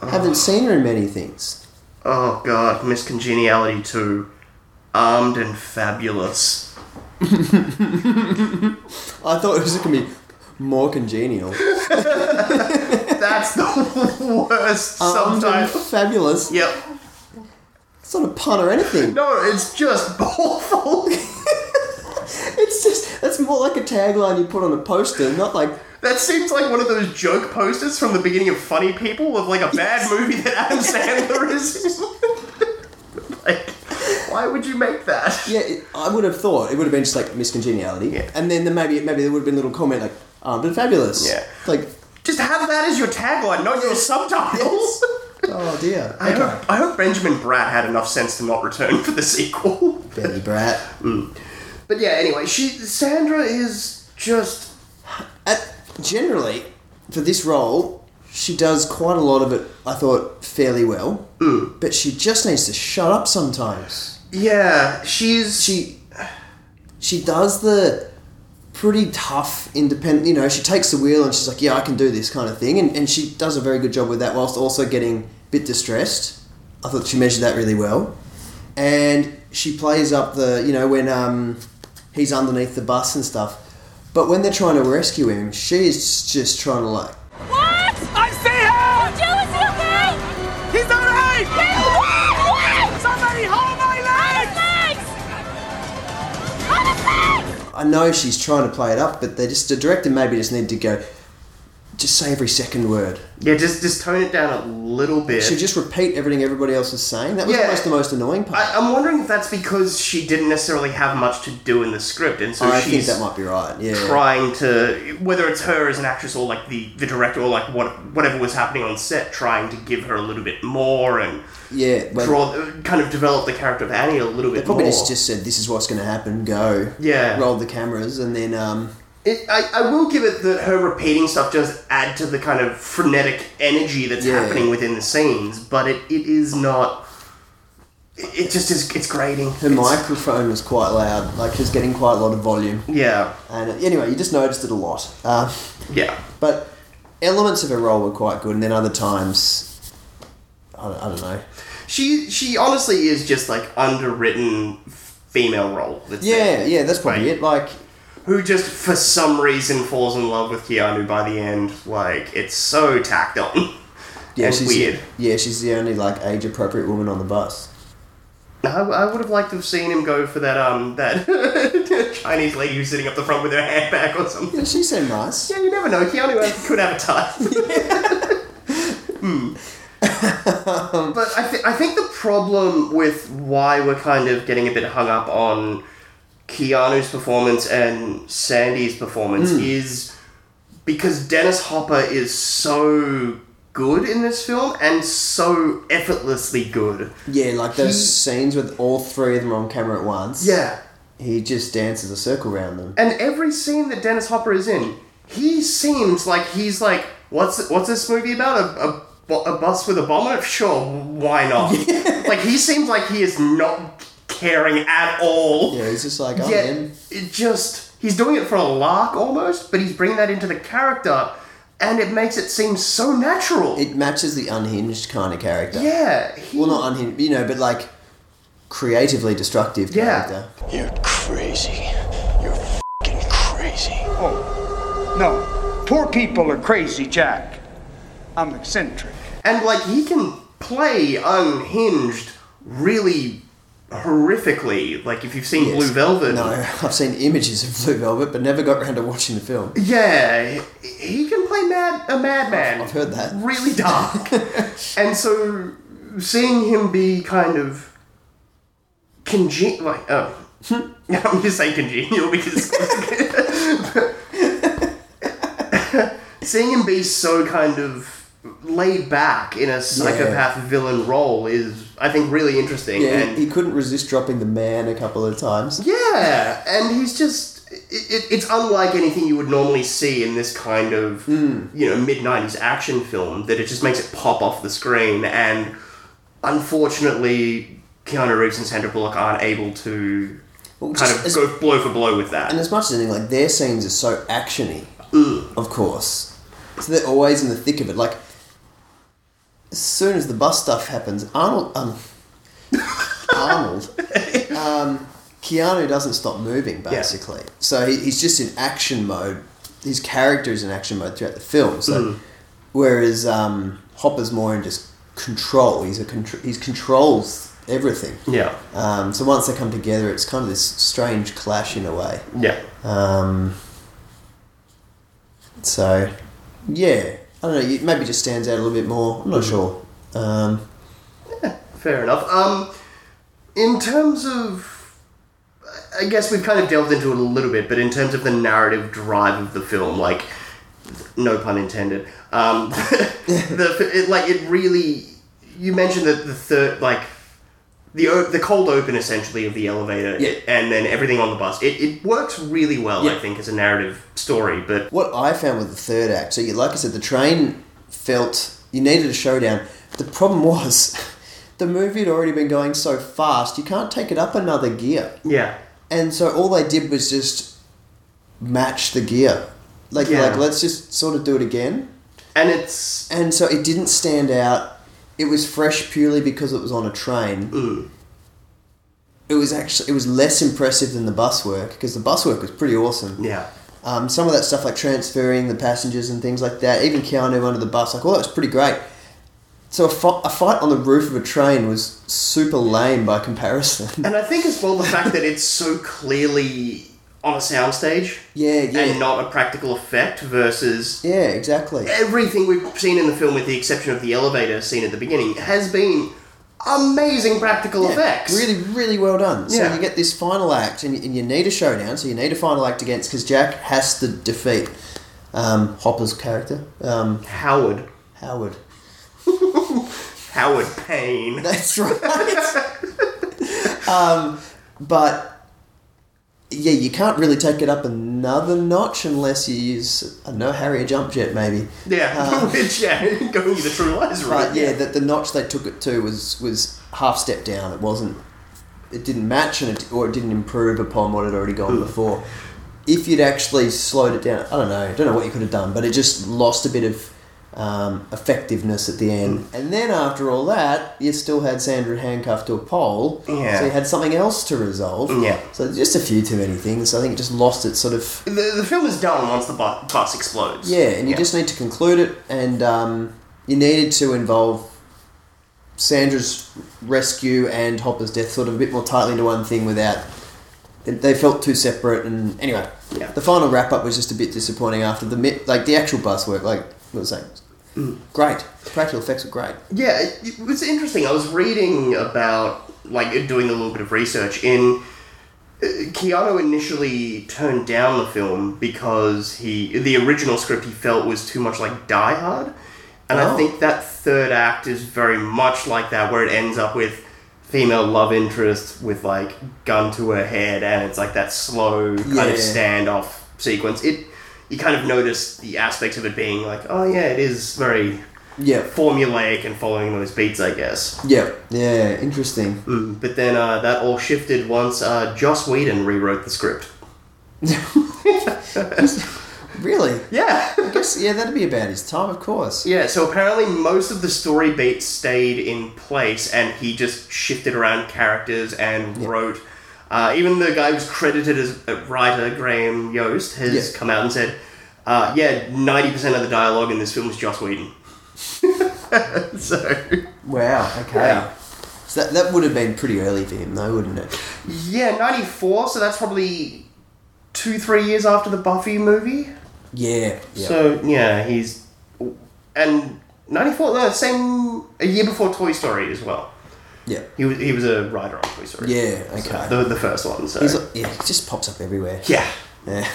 [SPEAKER 2] haven't seen her in many things.
[SPEAKER 1] Oh god, Miss Congeniality 2. Armed and fabulous.
[SPEAKER 2] I thought it was going to be more
[SPEAKER 1] (laughs)
[SPEAKER 2] congenial.
[SPEAKER 1] That's the (laughs) worst
[SPEAKER 2] Um,
[SPEAKER 1] sometimes.
[SPEAKER 2] fabulous.
[SPEAKER 1] Yep.
[SPEAKER 2] It's not a pun or anything.
[SPEAKER 1] No, it's just (laughs) awful.
[SPEAKER 2] It's just that's more like a tagline you put on a poster, not like
[SPEAKER 1] that seems like one of those joke posters from the beginning of Funny People of like a bad movie that
[SPEAKER 2] (laughs)
[SPEAKER 1] Adam Sandler is. in. (laughs) like, why would you make that?
[SPEAKER 2] yeah. It, I would have thought it would have been just like miscongeniality,
[SPEAKER 1] Yeah.
[SPEAKER 2] and then, then maybe maybe there would have been a little comment like "armed and fabulous."
[SPEAKER 1] Yeah.
[SPEAKER 2] Like
[SPEAKER 1] Just have that as your tagline, not your subtitles.
[SPEAKER 2] oh dear.
[SPEAKER 1] (laughs) I,
[SPEAKER 2] Okay.
[SPEAKER 1] hope, I hope Benjamin Bratt had enough sense to not return for the sequel.
[SPEAKER 2] Benny Brat.
[SPEAKER 1] (laughs) But yeah, anyway, she Sandra is just
[SPEAKER 2] At, generally, for this role, she does quite a lot of it. I thought fairly well, but she just needs to shut up sometimes.
[SPEAKER 1] yeah, she's
[SPEAKER 2] she she does the pretty tough independent you know she takes the wheel and she's like yeah i can do this kind of thing and, and she does a very good job with that whilst also getting a bit distressed i thought she measured that really well and she plays up the you know when um, he's underneath the bus and stuff but when they're trying to rescue him she's just trying to like
[SPEAKER 9] What? I see him! Oh, Joe, is he okay? He's all right! What? What? Somebody hold my legs! legs! Hold his legs!
[SPEAKER 2] i know she's trying to play it up but they just the director maybe just need to go just say every second word
[SPEAKER 1] yeah, just just tone it down a little bit.
[SPEAKER 2] Should just repeat everything everybody else is saying? That was
[SPEAKER 1] Yeah.
[SPEAKER 2] almost the most annoying part.
[SPEAKER 1] I, I'm wondering if that's because she didn't necessarily have much to do in the script, and so
[SPEAKER 2] I think
[SPEAKER 1] she's
[SPEAKER 2] that might be right. Yeah.
[SPEAKER 1] trying to, whether it's her as an actress or like the, the director or like what whatever was happening on set, trying to give her a little bit more and
[SPEAKER 2] Yeah. Well,
[SPEAKER 1] draw, kind of develop the character of Annie a little bit
[SPEAKER 2] probably
[SPEAKER 1] more.
[SPEAKER 2] just, just said this is what's going to happen. Go.
[SPEAKER 1] Yeah.
[SPEAKER 2] Rolled the cameras and then um,
[SPEAKER 1] It, I, I will give it that her repeating stuff does add to the kind of frenetic energy that's
[SPEAKER 2] Yeah.
[SPEAKER 1] happening within the scenes, but it, it is not. It it just is. It's grating.
[SPEAKER 2] her
[SPEAKER 1] It's-
[SPEAKER 2] microphone was quite loud. Like she's getting quite a lot of volume.
[SPEAKER 1] Yeah,
[SPEAKER 2] And uh, anyway, you just noticed it a lot. Uh,
[SPEAKER 1] yeah.
[SPEAKER 2] but elements of her role were quite good, and then other times, I don't, I don't know.
[SPEAKER 1] She she honestly is just like underwritten female role. That's
[SPEAKER 2] Yeah.
[SPEAKER 1] it.
[SPEAKER 2] Yeah. That's probably
[SPEAKER 1] Right.
[SPEAKER 2] it. Like.
[SPEAKER 1] Who just for some reason falls in love with Keanu by the end. Like it's so tacked on.
[SPEAKER 2] Yeah,
[SPEAKER 1] And
[SPEAKER 2] she's
[SPEAKER 1] weird.
[SPEAKER 2] yeah, she's the only like age-appropriate woman on the bus.
[SPEAKER 1] I, I would have liked to have seen him go for that um that (laughs) Chinese lady who's sitting up the front with her handbag or something.
[SPEAKER 2] Yeah, she seemed nice.
[SPEAKER 1] Yeah, you never know. Keanu has- could have a type. Hmm. but I, th- I think the problem with why we're kind of getting a bit hung up on Keanu's performance and Sandy's performance is because Dennis Hopper is so good in this film and so effortlessly good.
[SPEAKER 2] Yeah, like those
[SPEAKER 1] He-
[SPEAKER 2] scenes with all three of them on camera at once.
[SPEAKER 1] Yeah.
[SPEAKER 2] He just dances a circle around them.
[SPEAKER 1] And every scene that Dennis Hopper is in, he seems like he's like, what's what's this movie about? A, a, bu- a bus with a bomb on it? (laughs) Sure, why
[SPEAKER 2] (laughs)
[SPEAKER 1] not? like he seems like he is not caring at all.
[SPEAKER 2] Yeah, he's just like, oh,
[SPEAKER 1] Yet
[SPEAKER 2] man.
[SPEAKER 1] it just he's doing it for a lark almost, but he's bringing that into the character, and it makes it seem so natural.
[SPEAKER 2] It matches the unhinged kind of character.
[SPEAKER 1] yeah. He,
[SPEAKER 2] Well, not unhinged, you know, but like creatively destructive
[SPEAKER 1] Yeah.
[SPEAKER 2] character.
[SPEAKER 4] You're crazy. You're fing crazy.
[SPEAKER 5] Oh, No, poor people are crazy, Jack. I'm eccentric.
[SPEAKER 1] and like he can play unhinged really horrifically. Like if you've seen
[SPEAKER 2] Yes.
[SPEAKER 1] Blue Velvet,
[SPEAKER 2] No, (laughs) I've seen images of Blue Velvet, but never got round to watching the film.
[SPEAKER 1] Yeah, he can play mad a madman.
[SPEAKER 2] I've heard that.
[SPEAKER 1] Really
[SPEAKER 2] (laughs)
[SPEAKER 1] dark. and so seeing him be kind of congen like oh (laughs) I'm just saying congenial because (laughs) seeing him be so kind of laid back in a psychopath villain role is I think really interesting
[SPEAKER 2] Yeah,
[SPEAKER 1] and
[SPEAKER 2] he, he couldn't resist dropping the man a couple of times.
[SPEAKER 1] yeah, and he's just. It, it, it's unlike anything you would normally see in this kind of
[SPEAKER 2] Hmm.
[SPEAKER 1] you know mid '90s action film that it just makes it pop off the screen, and unfortunately, Keanu Reeves and Sandra Bullock aren't able to
[SPEAKER 2] Well,
[SPEAKER 1] kind
[SPEAKER 2] just
[SPEAKER 1] of
[SPEAKER 2] as-
[SPEAKER 1] go blow for blow with that.
[SPEAKER 2] And as much as anything, like their scenes are so actiony, of course. So they're always in the thick of it. Like as soon as the bus stuff happens, Arnold, um, Arnold, um, Keanu doesn't stop moving basically. So he, he's just in action mode. His character is in action mode throughout the film. So whereas um, Hopper's more in just control. He's a contr- he controls everything.
[SPEAKER 1] yeah,
[SPEAKER 2] Um, so once they come together, it's kind of this strange clash in a way.
[SPEAKER 1] yeah.
[SPEAKER 2] Um, so, yeah, I don't know. It maybe just stands out a little bit more. I'm not sure. Um,
[SPEAKER 1] Fair enough. Um, in terms of, I guess we've kind of delved into it a little bit, but in terms of the narrative drive of the film, like, no pun intended. Um, (laughs) the it, like it really. You mentioned that the third like. The, o- the cold open essentially of the elevator
[SPEAKER 2] Yeah.
[SPEAKER 1] and then everything on the bus it, it works really well i
[SPEAKER 2] Yeah.
[SPEAKER 1] think as a narrative story but
[SPEAKER 2] what I found with the third act, so you, like I said, the train felt you needed a showdown. The problem (laughs) was the movie had already been going so fast, you can't take it up another gear.
[SPEAKER 1] yeah
[SPEAKER 2] And so all they did was just match the gear. Like,
[SPEAKER 1] Yeah.
[SPEAKER 2] like let's just sort of do it again.
[SPEAKER 1] and it's
[SPEAKER 2] and so it didn't stand out. It was fresh purely because it was on a train. It was actually it was less impressive than the bus work because the bus work was pretty awesome.
[SPEAKER 1] yeah
[SPEAKER 2] Um, some of that stuff like transferring the passengers and things like that, even Keanu under the bus, like all that was pretty great. So a, fi- a fight on the roof of a train was super lame by comparison.
[SPEAKER 1] And I think as well the fact that it's so clearly on a soundstage.
[SPEAKER 2] (laughs) Yeah, yeah.
[SPEAKER 1] And not a practical effect versus
[SPEAKER 2] yeah, exactly.
[SPEAKER 1] everything we've seen in the film, with the exception of the elevator scene at the beginning, has been amazing practical
[SPEAKER 2] Yeah,
[SPEAKER 1] effects.
[SPEAKER 2] Really, really well done. So
[SPEAKER 1] Yeah.
[SPEAKER 2] you get this final act, and, and you need a showdown. So you need a final act against because Jack has to defeat um, Hopper's character, um,
[SPEAKER 1] Howard. (laughs)
[SPEAKER 2] Howard. (laughs)
[SPEAKER 1] Howard Payne.
[SPEAKER 2] That's right. (laughs) um, but yeah, you can't really take it up another notch unless you use I don't know Harry a jump jet maybe.
[SPEAKER 1] Yeah, (laughs) which, yeah, going the true lies route.
[SPEAKER 2] But uh, yeah, that the notch they took it to was was half step down. It wasn't. It didn't match, and it, or it didn't improve upon what had already
[SPEAKER 1] Hmm.
[SPEAKER 2] gone before. If you'd actually slowed it down, I don't know. I don't know what you could have done, but it just lost a bit of um, effectiveness at the end.
[SPEAKER 1] Hmm.
[SPEAKER 2] And then after all that, you still had Sandra handcuffed to a pole,
[SPEAKER 1] Yeah.
[SPEAKER 2] so you had something else to resolve.
[SPEAKER 1] Yeah.
[SPEAKER 2] So just a few too many things. I think it just lost its sort of
[SPEAKER 1] The, the film is done once the bu- bus explodes.
[SPEAKER 2] yeah, and you just need to conclude it, and um, you needed to involve Sandra's rescue and Hopper's death sort of a bit more tightly into one thing without. They felt too separate, and anyway,
[SPEAKER 1] Yeah.
[SPEAKER 2] the final wrap up was just a bit disappointing after the mi- like the actual bus work. Like what was I saying,
[SPEAKER 1] Mm.
[SPEAKER 2] great The practical effects were great.
[SPEAKER 1] Yeah, it it was interesting. I was reading about, like, doing a little bit of research. In uh, Keanu initially turned down the film because he the original script he felt was too much like Die Hard, and I
[SPEAKER 2] Oh.
[SPEAKER 1] think that third act is very much like that, where it ends up with female love interest with like gun to her head, and it's like that slow kind
[SPEAKER 2] Yeah.
[SPEAKER 1] of standoff sequence. It you kind of notice the aspects of it being like, oh yeah, it is very
[SPEAKER 2] Yeah,
[SPEAKER 1] formulaic and following those beats, I guess.
[SPEAKER 2] yeah, yeah. Interesting.
[SPEAKER 1] Mm, But then uh, that all shifted once uh, Joss Whedon rewrote the script.
[SPEAKER 2] Really?
[SPEAKER 1] Yeah.
[SPEAKER 2] I guess yeah, that'd be about his time, of
[SPEAKER 1] (laughs)
[SPEAKER 2] course.
[SPEAKER 1] yeah, so apparently most of the story beats stayed in place and he just shifted around characters and wrote. Uh, even the guy who's credited as a writer, Graham Yost, has
[SPEAKER 2] Yeah.
[SPEAKER 1] come out and said, uh, yeah, 90% of the dialogue in this film is Joss Whedon. (laughs) so.
[SPEAKER 2] Wow. Okay.
[SPEAKER 1] Yeah.
[SPEAKER 2] So that, that would have been pretty early for him, though, wouldn't it?
[SPEAKER 1] Yeah, 94, so that's probably two, three years after the Buffy movie.
[SPEAKER 2] Yeah. yeah.
[SPEAKER 1] So, yeah, he's. And 94, no, same. A year before Toy Story as well.
[SPEAKER 2] Yeah.
[SPEAKER 1] He was, he was a writer on Toy Story.
[SPEAKER 2] Yeah, okay.
[SPEAKER 1] So, the, the first one, so.
[SPEAKER 2] He's like, yeah, he just pops up everywhere.
[SPEAKER 1] yeah.
[SPEAKER 2] Yeah.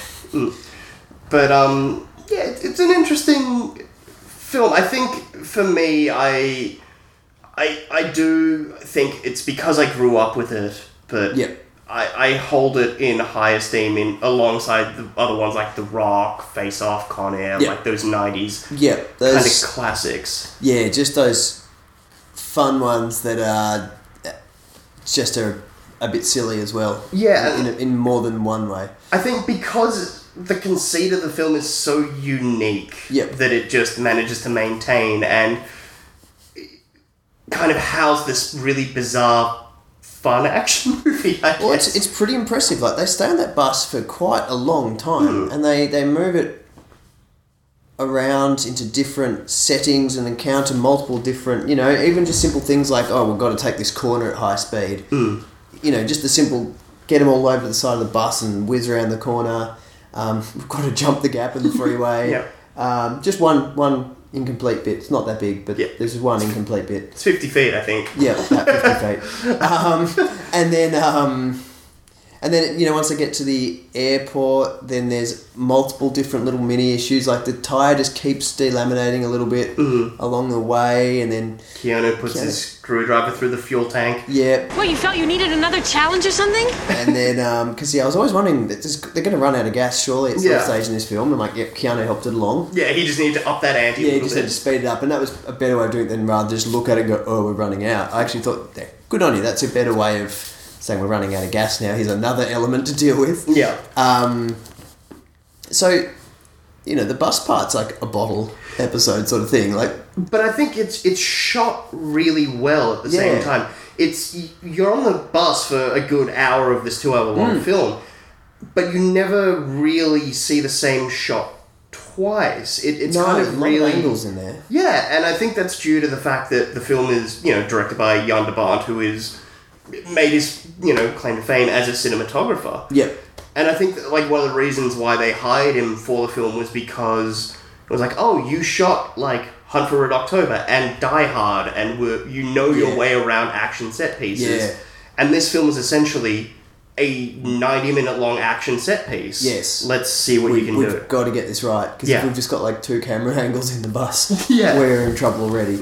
[SPEAKER 1] But, um, yeah, it, it's an interesting film. I think for me, I. I, I do think it's because I grew up with it, but
[SPEAKER 2] Yeah.
[SPEAKER 1] I, I hold it in high esteem in alongside the other ones like The Rock, Face Off, Con Air,
[SPEAKER 2] Yeah.
[SPEAKER 1] like those nineties
[SPEAKER 2] Yeah,
[SPEAKER 1] kind of
[SPEAKER 2] those,
[SPEAKER 1] classics.
[SPEAKER 2] yeah, just those fun ones that are just are a bit silly as well.
[SPEAKER 1] Yeah.
[SPEAKER 2] in, in, in more than one way.
[SPEAKER 1] I think because the conceit of the film is so unique
[SPEAKER 2] Yep.
[SPEAKER 1] that it just manages to maintain and kind of house this really bizarre fun action (laughs) movie. I
[SPEAKER 2] Well,
[SPEAKER 1] guess.
[SPEAKER 2] it's, it's pretty impressive. Like they stay on that bus for quite a long time,
[SPEAKER 1] Hmm.
[SPEAKER 2] and they they move it around into different settings and encounter multiple different. You know, even just simple things like oh, we've got to take this corner at high speed.
[SPEAKER 1] Hmm.
[SPEAKER 2] You know, just the simple get them all over the side of the bus and whiz around the corner. Um, (laughs) we've got to jump the gap in the freeway.
[SPEAKER 1] (laughs) Yeah.
[SPEAKER 2] um, just one one incomplete bit. It's not that big, but
[SPEAKER 1] Yeah.
[SPEAKER 2] there's one incomplete bit.
[SPEAKER 1] It's fifty feet, I think.
[SPEAKER 2] Yeah, about 50 feet. Um, and then, um, and then you know, once I get to the airport, then there's multiple different little mini issues. Like the tire just keeps delaminating a little bit along the way, and then
[SPEAKER 1] Keanu puts
[SPEAKER 2] Keanu.
[SPEAKER 1] his screwdriver through the fuel tank.
[SPEAKER 2] yeah,
[SPEAKER 9] What, you felt you needed another challenge or something?
[SPEAKER 2] and then because yeah, I was always wondering that this, they're going to run out of gas surely at some
[SPEAKER 1] Yeah.
[SPEAKER 2] stage in this film. I'm like, yep, Keanu helped it along.
[SPEAKER 1] Yeah, he just needed to up that ante. a
[SPEAKER 2] Yeah, you
[SPEAKER 1] little
[SPEAKER 2] just had to
[SPEAKER 1] bit.
[SPEAKER 2] speed it up, and that was a better way of doing it than rather just look at it and go, "Oh, we're running out." I actually thought, yeah, "Good on you." That's a better way of saying we're running out of gas now. Here's another element to deal with.
[SPEAKER 1] yeah.
[SPEAKER 2] Um, so, you know, the bus part's like a bottle episode sort of thing. Like,
[SPEAKER 1] but I think it's it's shot really well at the
[SPEAKER 2] Yeah.
[SPEAKER 1] same time. It's y- you're on the bus for a good hour of this two-hour-long
[SPEAKER 2] Mm.
[SPEAKER 1] film, but you never really see the same shot twice. It, it's
[SPEAKER 2] no,
[SPEAKER 1] kind of
[SPEAKER 2] real
[SPEAKER 1] really
[SPEAKER 2] angles in there.
[SPEAKER 1] yeah, and I think that's due to the fact that the film is you know directed by Jan de Bont, who is made his you know claim to fame as a cinematographer.
[SPEAKER 2] Yep.
[SPEAKER 1] And I think that, like one of the reasons why they hired him for the film was because it was like, oh, you shot like Hunt for Red October and Die Hard, and were, you know your
[SPEAKER 2] Yeah.
[SPEAKER 1] way around action set pieces.
[SPEAKER 2] Yeah.
[SPEAKER 1] And this film is essentially a ninety-minute long action set piece.
[SPEAKER 2] Yes.
[SPEAKER 1] Let's see what you can
[SPEAKER 2] We've
[SPEAKER 1] do.
[SPEAKER 2] got to get this right because if
[SPEAKER 1] Yeah.
[SPEAKER 2] we've just got like two camera (laughs) angles in the
[SPEAKER 1] (laughs)
[SPEAKER 2] bus,
[SPEAKER 1] Yeah. Mm.
[SPEAKER 2] we're in trouble already.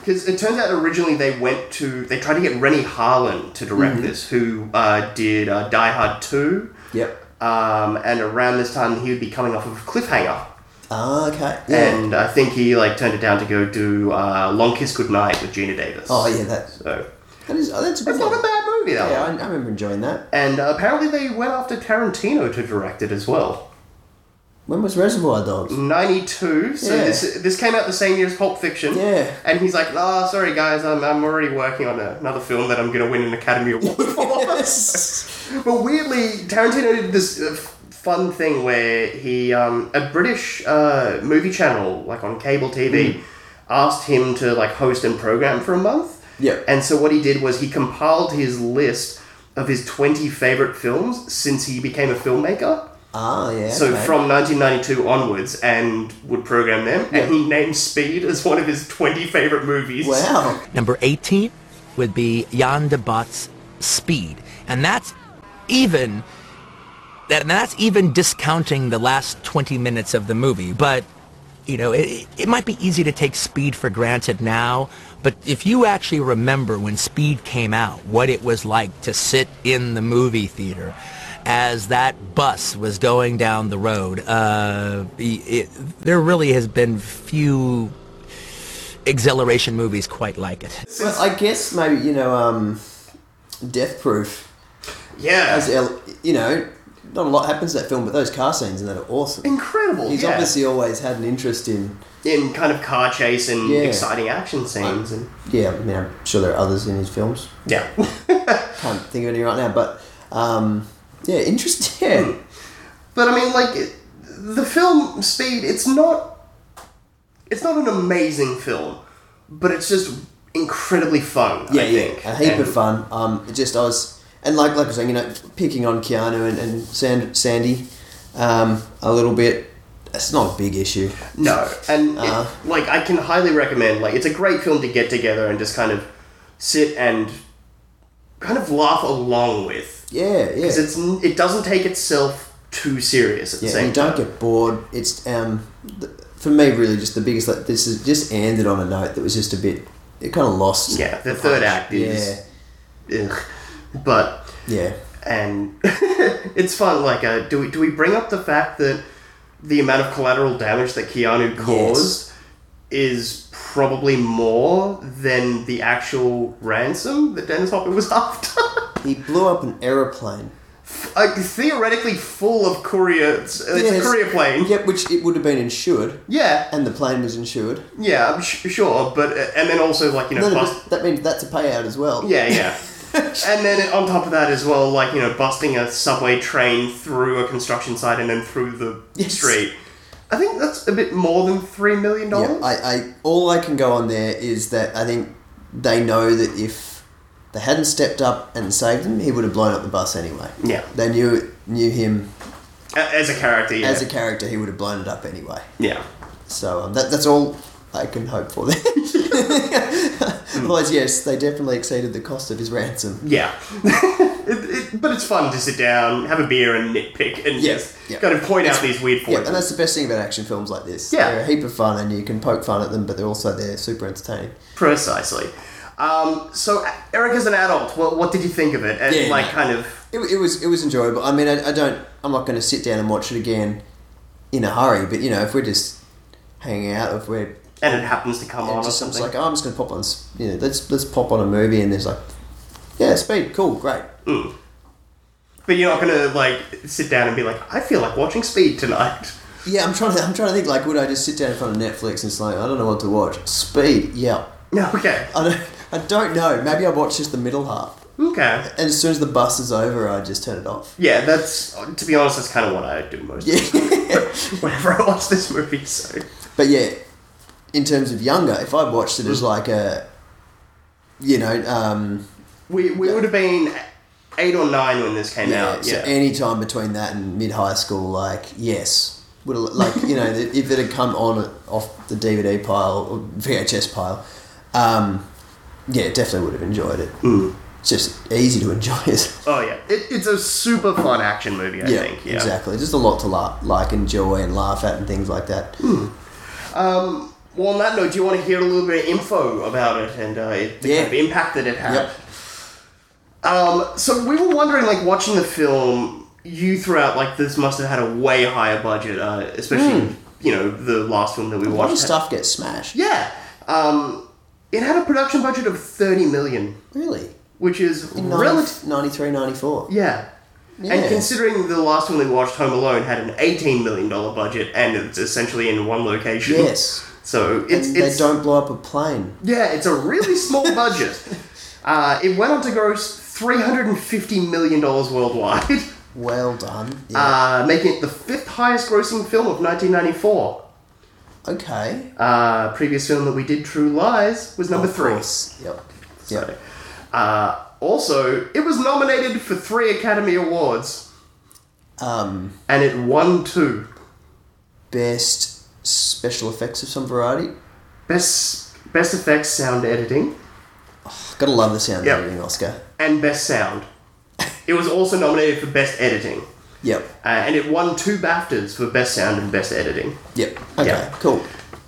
[SPEAKER 1] Because it turns out originally they went to they tried to get Rennie Harlan to direct
[SPEAKER 2] Mm-hmm.
[SPEAKER 1] this, who uh, did uh, Die Hard Two.
[SPEAKER 2] Yep.
[SPEAKER 1] Um, and around this time, he would be coming off of Cliffhanger.
[SPEAKER 2] Ah, okay. Yeah.
[SPEAKER 1] and I think he like turned it down to go do uh, Long Kiss Goodnight with Gina Davis.
[SPEAKER 2] oh, yeah, that,
[SPEAKER 1] So
[SPEAKER 2] that is, oh, that's a good
[SPEAKER 1] it's not
[SPEAKER 2] one.
[SPEAKER 1] a bad movie that
[SPEAKER 2] Yeah,
[SPEAKER 1] one.
[SPEAKER 2] I, I remember enjoying that.
[SPEAKER 1] And uh, apparently they went after Tarantino to direct it as well.
[SPEAKER 2] When was Reservoir Dogs? (laughs)
[SPEAKER 1] Ninety two. So
[SPEAKER 2] Yeah.
[SPEAKER 1] this this came out the same year as Pulp Fiction.
[SPEAKER 2] Yeah.
[SPEAKER 1] And he's like, ah, sorry guys, I'm, I'm already working on a, another film that I'm going to win an Academy Award
[SPEAKER 2] (laughs)
[SPEAKER 1] for. But weirdly, Tarantino did this uh, f- fun thing where he, um, a British uh, movie channel, like on cable TV,
[SPEAKER 2] Hmm.
[SPEAKER 1] asked him to like host and program for a month.
[SPEAKER 2] Yeah.
[SPEAKER 1] And so what he did was he compiled his list of his 20 favorite films since he became a filmmaker.
[SPEAKER 2] Ah, yeah.
[SPEAKER 1] So
[SPEAKER 2] okay.
[SPEAKER 1] from 1992 onwards, and would program them, and he named Speed as one of his 20 favorite movies. (laughs)
[SPEAKER 2] Wow.
[SPEAKER 9] Number 18 would be Jan de Bot's Speed. And that's even that and that's even discounting the last 20 minutes of the movie. But you know, it, it might be easy to take speed for granted now, but if you actually remember when speed came out, what it was like to sit in the movie theater as that bus was going down the road, uh, it, there really has been few exhilaration movies quite like it.
[SPEAKER 2] Well, I guess maybe, you know, um, Death Proof
[SPEAKER 1] Yeah.
[SPEAKER 2] as El, you know, not a lot happens in that film, but those car scenes in that are awesome.
[SPEAKER 1] Incredible.
[SPEAKER 2] He's
[SPEAKER 1] yeah.
[SPEAKER 2] obviously always had an interest in.
[SPEAKER 1] in kind of car chase and
[SPEAKER 2] Yeah.
[SPEAKER 1] exciting action scenes and
[SPEAKER 2] Yeah, I mean, I'm sure there are others in his films.
[SPEAKER 1] (laughs) yeah
[SPEAKER 2] Can't think of any right now, but um, yeah, interesting.
[SPEAKER 1] Hmm,
[SPEAKER 2] (laughs) Yeah.
[SPEAKER 1] but i mean like it, the film speed it's not it's not an amazing film but it's just incredibly fun
[SPEAKER 2] yeah,
[SPEAKER 1] i
[SPEAKER 2] yeah,
[SPEAKER 1] think
[SPEAKER 2] a heap
[SPEAKER 1] And-
[SPEAKER 2] of fun. Um, it just I was, and like like I was saying, you know, picking on Keanu and, and Sand, Sandy, um, a little bit. It's not a big issue.
[SPEAKER 1] no and it-
[SPEAKER 2] Uh.
[SPEAKER 1] like i can highly recommend like it's a great film to get together and just kind of sit and kind of laugh along with
[SPEAKER 2] Yeah, yeah.
[SPEAKER 1] because it's n- it doesn't take itself too serious at the
[SPEAKER 2] Yeah,
[SPEAKER 1] same
[SPEAKER 2] you
[SPEAKER 1] time
[SPEAKER 2] don't get bored. It's um, th- for me really just the biggest. Like, this is just ended on a note that was just a bit. It kind of lost.
[SPEAKER 1] yeah the third act
[SPEAKER 2] Yeah,
[SPEAKER 1] is ugh. but
[SPEAKER 2] yeah.
[SPEAKER 1] and (laughs) it's fun. Like, uh, do we do we bring up the fact that the amount of collateral damage that Keanu caused is probably more than the actual ransom that Dennis Hopper was (laughs) after?
[SPEAKER 2] He blew up an aeroplane.
[SPEAKER 1] Uh, theoretically full of courier. It's, it's a
[SPEAKER 2] Yes.
[SPEAKER 1] courier plane.
[SPEAKER 2] Yep, which it would have been insured,
[SPEAKER 1] Yeah,
[SPEAKER 2] and the plane was insured.
[SPEAKER 1] yeah, I'm sh- sure, but uh, and then also like you know,
[SPEAKER 2] No, no,
[SPEAKER 1] bust-
[SPEAKER 2] but that means that's a payout as well.
[SPEAKER 1] Yeah,
[SPEAKER 2] (laughs)
[SPEAKER 1] yeah. and then on top of that as well, like, you know, busting a subway train through a construction site and then through the
[SPEAKER 2] Yes.
[SPEAKER 1] street. I think that's a bit more than $3 million.
[SPEAKER 2] Yeah, I, I all I can go on there is that I think they know that if they hadn't stepped up and saved him, he would have blown up the bus anyway.
[SPEAKER 1] Yeah.
[SPEAKER 2] They knew knew him
[SPEAKER 1] A- As a character, yeah.
[SPEAKER 2] as a character, he would have blown it up anyway.
[SPEAKER 1] yeah.
[SPEAKER 2] So um, that, that's all I can hope for (laughs) there.
[SPEAKER 1] Hmm.
[SPEAKER 2] Otherwise, yes, they definitely exceeded the cost of his ransom.
[SPEAKER 1] Yeah. (laughs) it, it, but it's fun to sit down, have a beer, and nitpick and
[SPEAKER 2] Yeah,
[SPEAKER 1] just
[SPEAKER 2] yeah.
[SPEAKER 1] kind of point out these weird
[SPEAKER 2] Yeah,
[SPEAKER 1] points.
[SPEAKER 2] and that's the best thing about action films like this.
[SPEAKER 1] Yeah.
[SPEAKER 2] They're a heap of fun and you can poke fun at them, but they're also they're super entertaining.
[SPEAKER 1] Precisely. Um, so, Eric, as an adult, what, what did you think of it? And,
[SPEAKER 2] Yeah,
[SPEAKER 1] like,
[SPEAKER 2] no.
[SPEAKER 1] kind of.
[SPEAKER 2] It, it was it was enjoyable. I mean, I, I don't. I'm not going to sit down and watch it again in a hurry. But you know, if we're just hanging out, if we're
[SPEAKER 1] And it happens to come
[SPEAKER 2] yeah,
[SPEAKER 1] on or
[SPEAKER 2] just
[SPEAKER 1] something.
[SPEAKER 2] something's like, oh, I'm just going to pop on. s- You know, let's let's pop on a movie, and there's like, yeah, speed, cool, great.
[SPEAKER 1] but you're not going to, like, sit down and be like, I feel like watching Speed tonight. (laughs)
[SPEAKER 2] Yeah, I'm trying to I'm trying to think like, would I just sit down in front of Netflix and it's like, I don't know what to watch. Speed, yeah.
[SPEAKER 1] No, okay.
[SPEAKER 2] I don't I don't know. Maybe I watch just the middle half,
[SPEAKER 1] Okay.
[SPEAKER 2] and as soon as the bus is over, I just turn it off. (laughs)
[SPEAKER 1] Yeah, that's to be honest, that's kind of what I do most. Yeah. (laughs) Whenever I watch this movie, so
[SPEAKER 2] But yeah, in terms of younger, if I watched it as like a, you know, um,
[SPEAKER 1] we we would have been eight or nine when this came
[SPEAKER 2] yeah,
[SPEAKER 1] out.
[SPEAKER 2] so
[SPEAKER 1] Yeah.
[SPEAKER 2] any time between that and mid high school, like yes, would have, like you know, if it had come on off the DVD pile or VHS pile, um, yeah, definitely would have enjoyed it.
[SPEAKER 1] Hmm.
[SPEAKER 2] It's just easy to enjoy it.
[SPEAKER 1] oh yeah, it, it's a super fun action movie. I
[SPEAKER 2] yeah,
[SPEAKER 1] think. Yeah.
[SPEAKER 2] exactly. Just a lot to la- like, enjoy, and laugh at, and things like that.
[SPEAKER 1] Hmm, Well, on that note, do you want to hear a little bit of info about it and uh, it, the
[SPEAKER 2] Yeah.
[SPEAKER 1] kind of impact that it had?
[SPEAKER 2] Yep.
[SPEAKER 1] Um, so we were wondering, like, watching the film, you throughout, like, this must have had a way higher budget, uh, especially you know the last film that we
[SPEAKER 2] A lot
[SPEAKER 1] watched.
[SPEAKER 2] of
[SPEAKER 1] had-
[SPEAKER 2] stuff gets smashed.
[SPEAKER 1] Yeah. Um, it had a production budget of thirty million.
[SPEAKER 2] Really.
[SPEAKER 1] which is
[SPEAKER 2] Ninety-
[SPEAKER 1] relative.
[SPEAKER 2] 93, 94.
[SPEAKER 1] Yeah. And
[SPEAKER 2] Yeah.
[SPEAKER 1] considering the last one we watched, Home Alone, had an eighteen million dollar budget, and it's essentially in one location.
[SPEAKER 2] Yes.
[SPEAKER 1] So it's
[SPEAKER 2] and
[SPEAKER 1] it's
[SPEAKER 2] they don't blow up a plane.
[SPEAKER 1] yeah, it's a really
[SPEAKER 2] (laughs)
[SPEAKER 1] small budget. Uh, it went on to gross three hundred and fifty million dollars worldwide, (laughs)
[SPEAKER 2] Well done. Yeah.
[SPEAKER 1] uh, making it the fifth highest grossing film of nineteen ninety four.
[SPEAKER 2] okay.
[SPEAKER 1] Uh, previous film that we did, True Lies, was number
[SPEAKER 2] Of
[SPEAKER 1] three.
[SPEAKER 2] course. Yep. Yep.
[SPEAKER 1] So, uh, also, it was nominated for three Academy Awards,
[SPEAKER 2] Um,
[SPEAKER 1] and it won two.
[SPEAKER 2] best special effects of some variety.
[SPEAKER 1] Best best effects sound editing
[SPEAKER 2] Gotta love the sound
[SPEAKER 1] Yep.
[SPEAKER 2] editing Oscar.
[SPEAKER 1] and best sound. It was also nominated for best editing,
[SPEAKER 2] Yep.
[SPEAKER 1] uh, and it won two BAFTAs for best sound and best editing.
[SPEAKER 2] Yep. Okay.
[SPEAKER 1] Yeah.
[SPEAKER 2] Cool.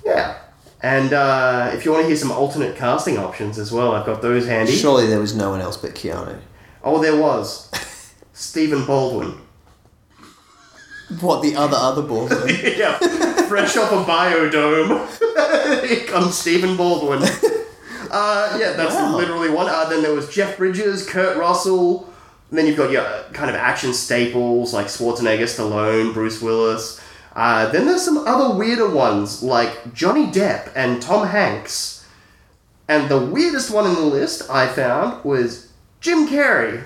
[SPEAKER 1] Yeah. And uh, if you want to hear some alternate casting options as well, I've got those handy.
[SPEAKER 2] Surely there was no one else but Keanu.
[SPEAKER 1] Oh, there was Stephen Baldwin.
[SPEAKER 2] What the other other
[SPEAKER 1] (laughs)
[SPEAKER 2] Baldwin?
[SPEAKER 1] yeah, fresh off a biodome, (laughs) here comes Stephen Baldwin. Uh, yeah, that's
[SPEAKER 2] Wow.
[SPEAKER 1] literally one. Uh, then there was Jeff Bridges, Kurt Russell. And then you've got your uh, kind of action staples like Schwarzenegger, Stallone, Bruce Willis. Uh, then there's some other weirder ones like Johnny Depp and Tom Hanks. And the weirdest one in the list I found was Jim Carrey.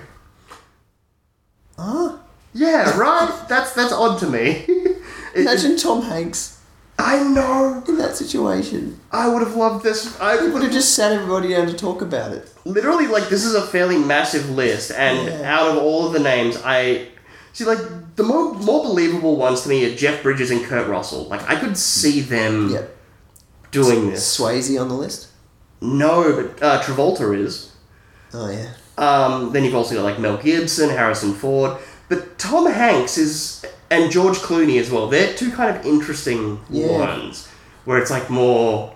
[SPEAKER 1] Huh? Yeah, right. That's that's odd to me. (laughs) It-
[SPEAKER 2] Imagine Tom Hanks
[SPEAKER 1] I know.
[SPEAKER 2] in that situation.
[SPEAKER 1] I would have loved this. I
[SPEAKER 2] He would
[SPEAKER 1] would
[SPEAKER 2] have just sat everybody down to talk about it.
[SPEAKER 1] literally like this is a fairly massive list, and
[SPEAKER 2] Yeah.
[SPEAKER 1] out of all of the names, I see like the more more believable ones to me are Jeff Bridges and Kurt Russell. Like I could see them
[SPEAKER 2] Yep.
[SPEAKER 1] doing this.
[SPEAKER 2] Swayze on the list.
[SPEAKER 1] No, but uh, Travolta is. (laughs)
[SPEAKER 2] Oh yeah.
[SPEAKER 1] Um, then you've also got like Mel Gibson, Harrison Ford, but Tom Hanks is and George Clooney as well. They're two kind of interesting
[SPEAKER 2] Yeah.
[SPEAKER 1] ones where it's like more.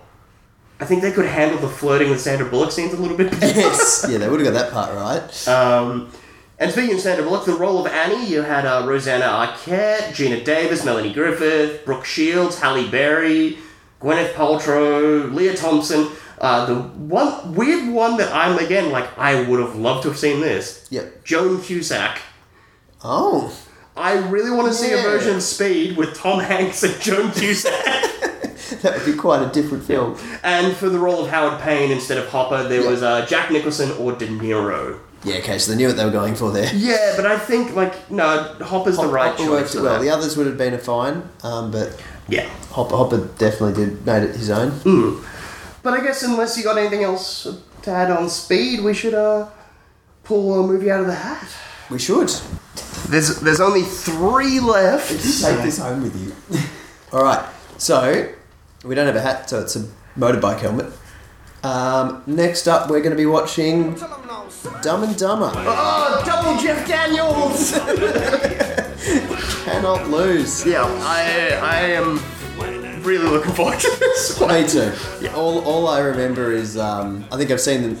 [SPEAKER 1] I think they could handle the flirting with Sandra Bullock scenes a little bit better.
[SPEAKER 2] Yes. yeah, they would have got that part right.
[SPEAKER 1] Um, and speaking of Sandra Bullock, the role of Annie, you had uh, Rosanna Arquette, Gina Davis, Melanie Griffith, Brooke Shields, Halle Berry, Gwyneth Paltrow, Leah Thompson. Uh, the one weird one that I'm again like I would have loved to have seen this.
[SPEAKER 2] Yep.
[SPEAKER 1] Joan Cusack.
[SPEAKER 2] Oh,
[SPEAKER 1] I really want to see a
[SPEAKER 2] Yeah.
[SPEAKER 1] version of Speed with Tom Hanks and Joan Cusack.
[SPEAKER 2] that would be quite a different film.
[SPEAKER 1] and for the role of Howard Payne instead of Hopper, there
[SPEAKER 2] Yeah.
[SPEAKER 1] was uh, Jack Nicholson or De Niro.
[SPEAKER 2] Yeah, okay, so they knew what they were going for there.
[SPEAKER 1] Yeah, but I think like no, Hopper's the right
[SPEAKER 2] Hopper
[SPEAKER 1] choice.
[SPEAKER 2] worked
[SPEAKER 1] for
[SPEAKER 2] it well.
[SPEAKER 1] that.
[SPEAKER 2] The others would have been a fine, um, but
[SPEAKER 1] Yeah.
[SPEAKER 2] Hopper, Hopper definitely did made it his own.
[SPEAKER 1] But I guess unless you got anything else to add on Speed, we should uh, pull a movie out of the hat.
[SPEAKER 2] We should.
[SPEAKER 1] There's there's only three left.
[SPEAKER 2] Take this home with you. (laughs) All right. So we don't have a hat, so it's a motorbike helmet. Um, next up, we're going to be watching Dumb and Dumber.
[SPEAKER 1] Oh, double Jeff Daniels.
[SPEAKER 2] Cannot
[SPEAKER 1] (laughs)
[SPEAKER 2] lose.
[SPEAKER 1] yeah, I I am really looking forward to this (laughs) one.
[SPEAKER 2] Me too. All, all I remember is um, I think I've seen the,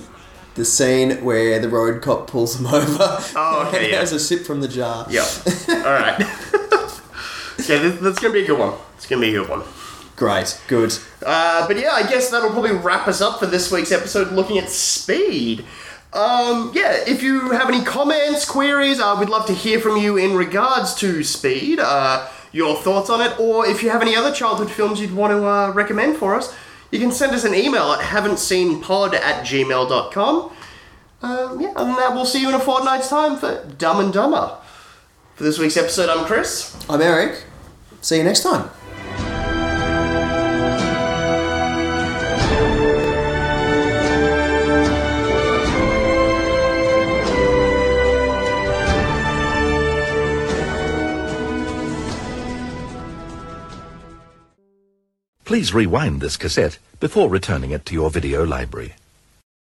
[SPEAKER 2] the scene where the road cop pulls him (laughs) over.
[SPEAKER 1] Oh, okay,
[SPEAKER 2] (laughs) and
[SPEAKER 1] yeah.
[SPEAKER 2] has a sip from the jar.
[SPEAKER 1] Yeah. All (laughs) right. yeah, this, that's gonna be a good one. It's gonna be a good one.
[SPEAKER 2] Great. Good.
[SPEAKER 1] Uh, but yeah, I guess that'll probably wrap us up for this week's episode looking at speed. Um, yeah, if you have any comments, queries, uh, we'd love to hear from you in regards to speed, uh, your thoughts on it, or if you have any other childhood films you'd want to uh, recommend for us, you can send us an email at haven'tseenpod at gmail.com. Um, yeah, and that, we'll see you in a fortnight's time for Dumb and Dumber. For this week's episode, I'm Chris.
[SPEAKER 2] I'm Eric. See you next time.
[SPEAKER 10] Please rewind this cassette before returning it to your video library.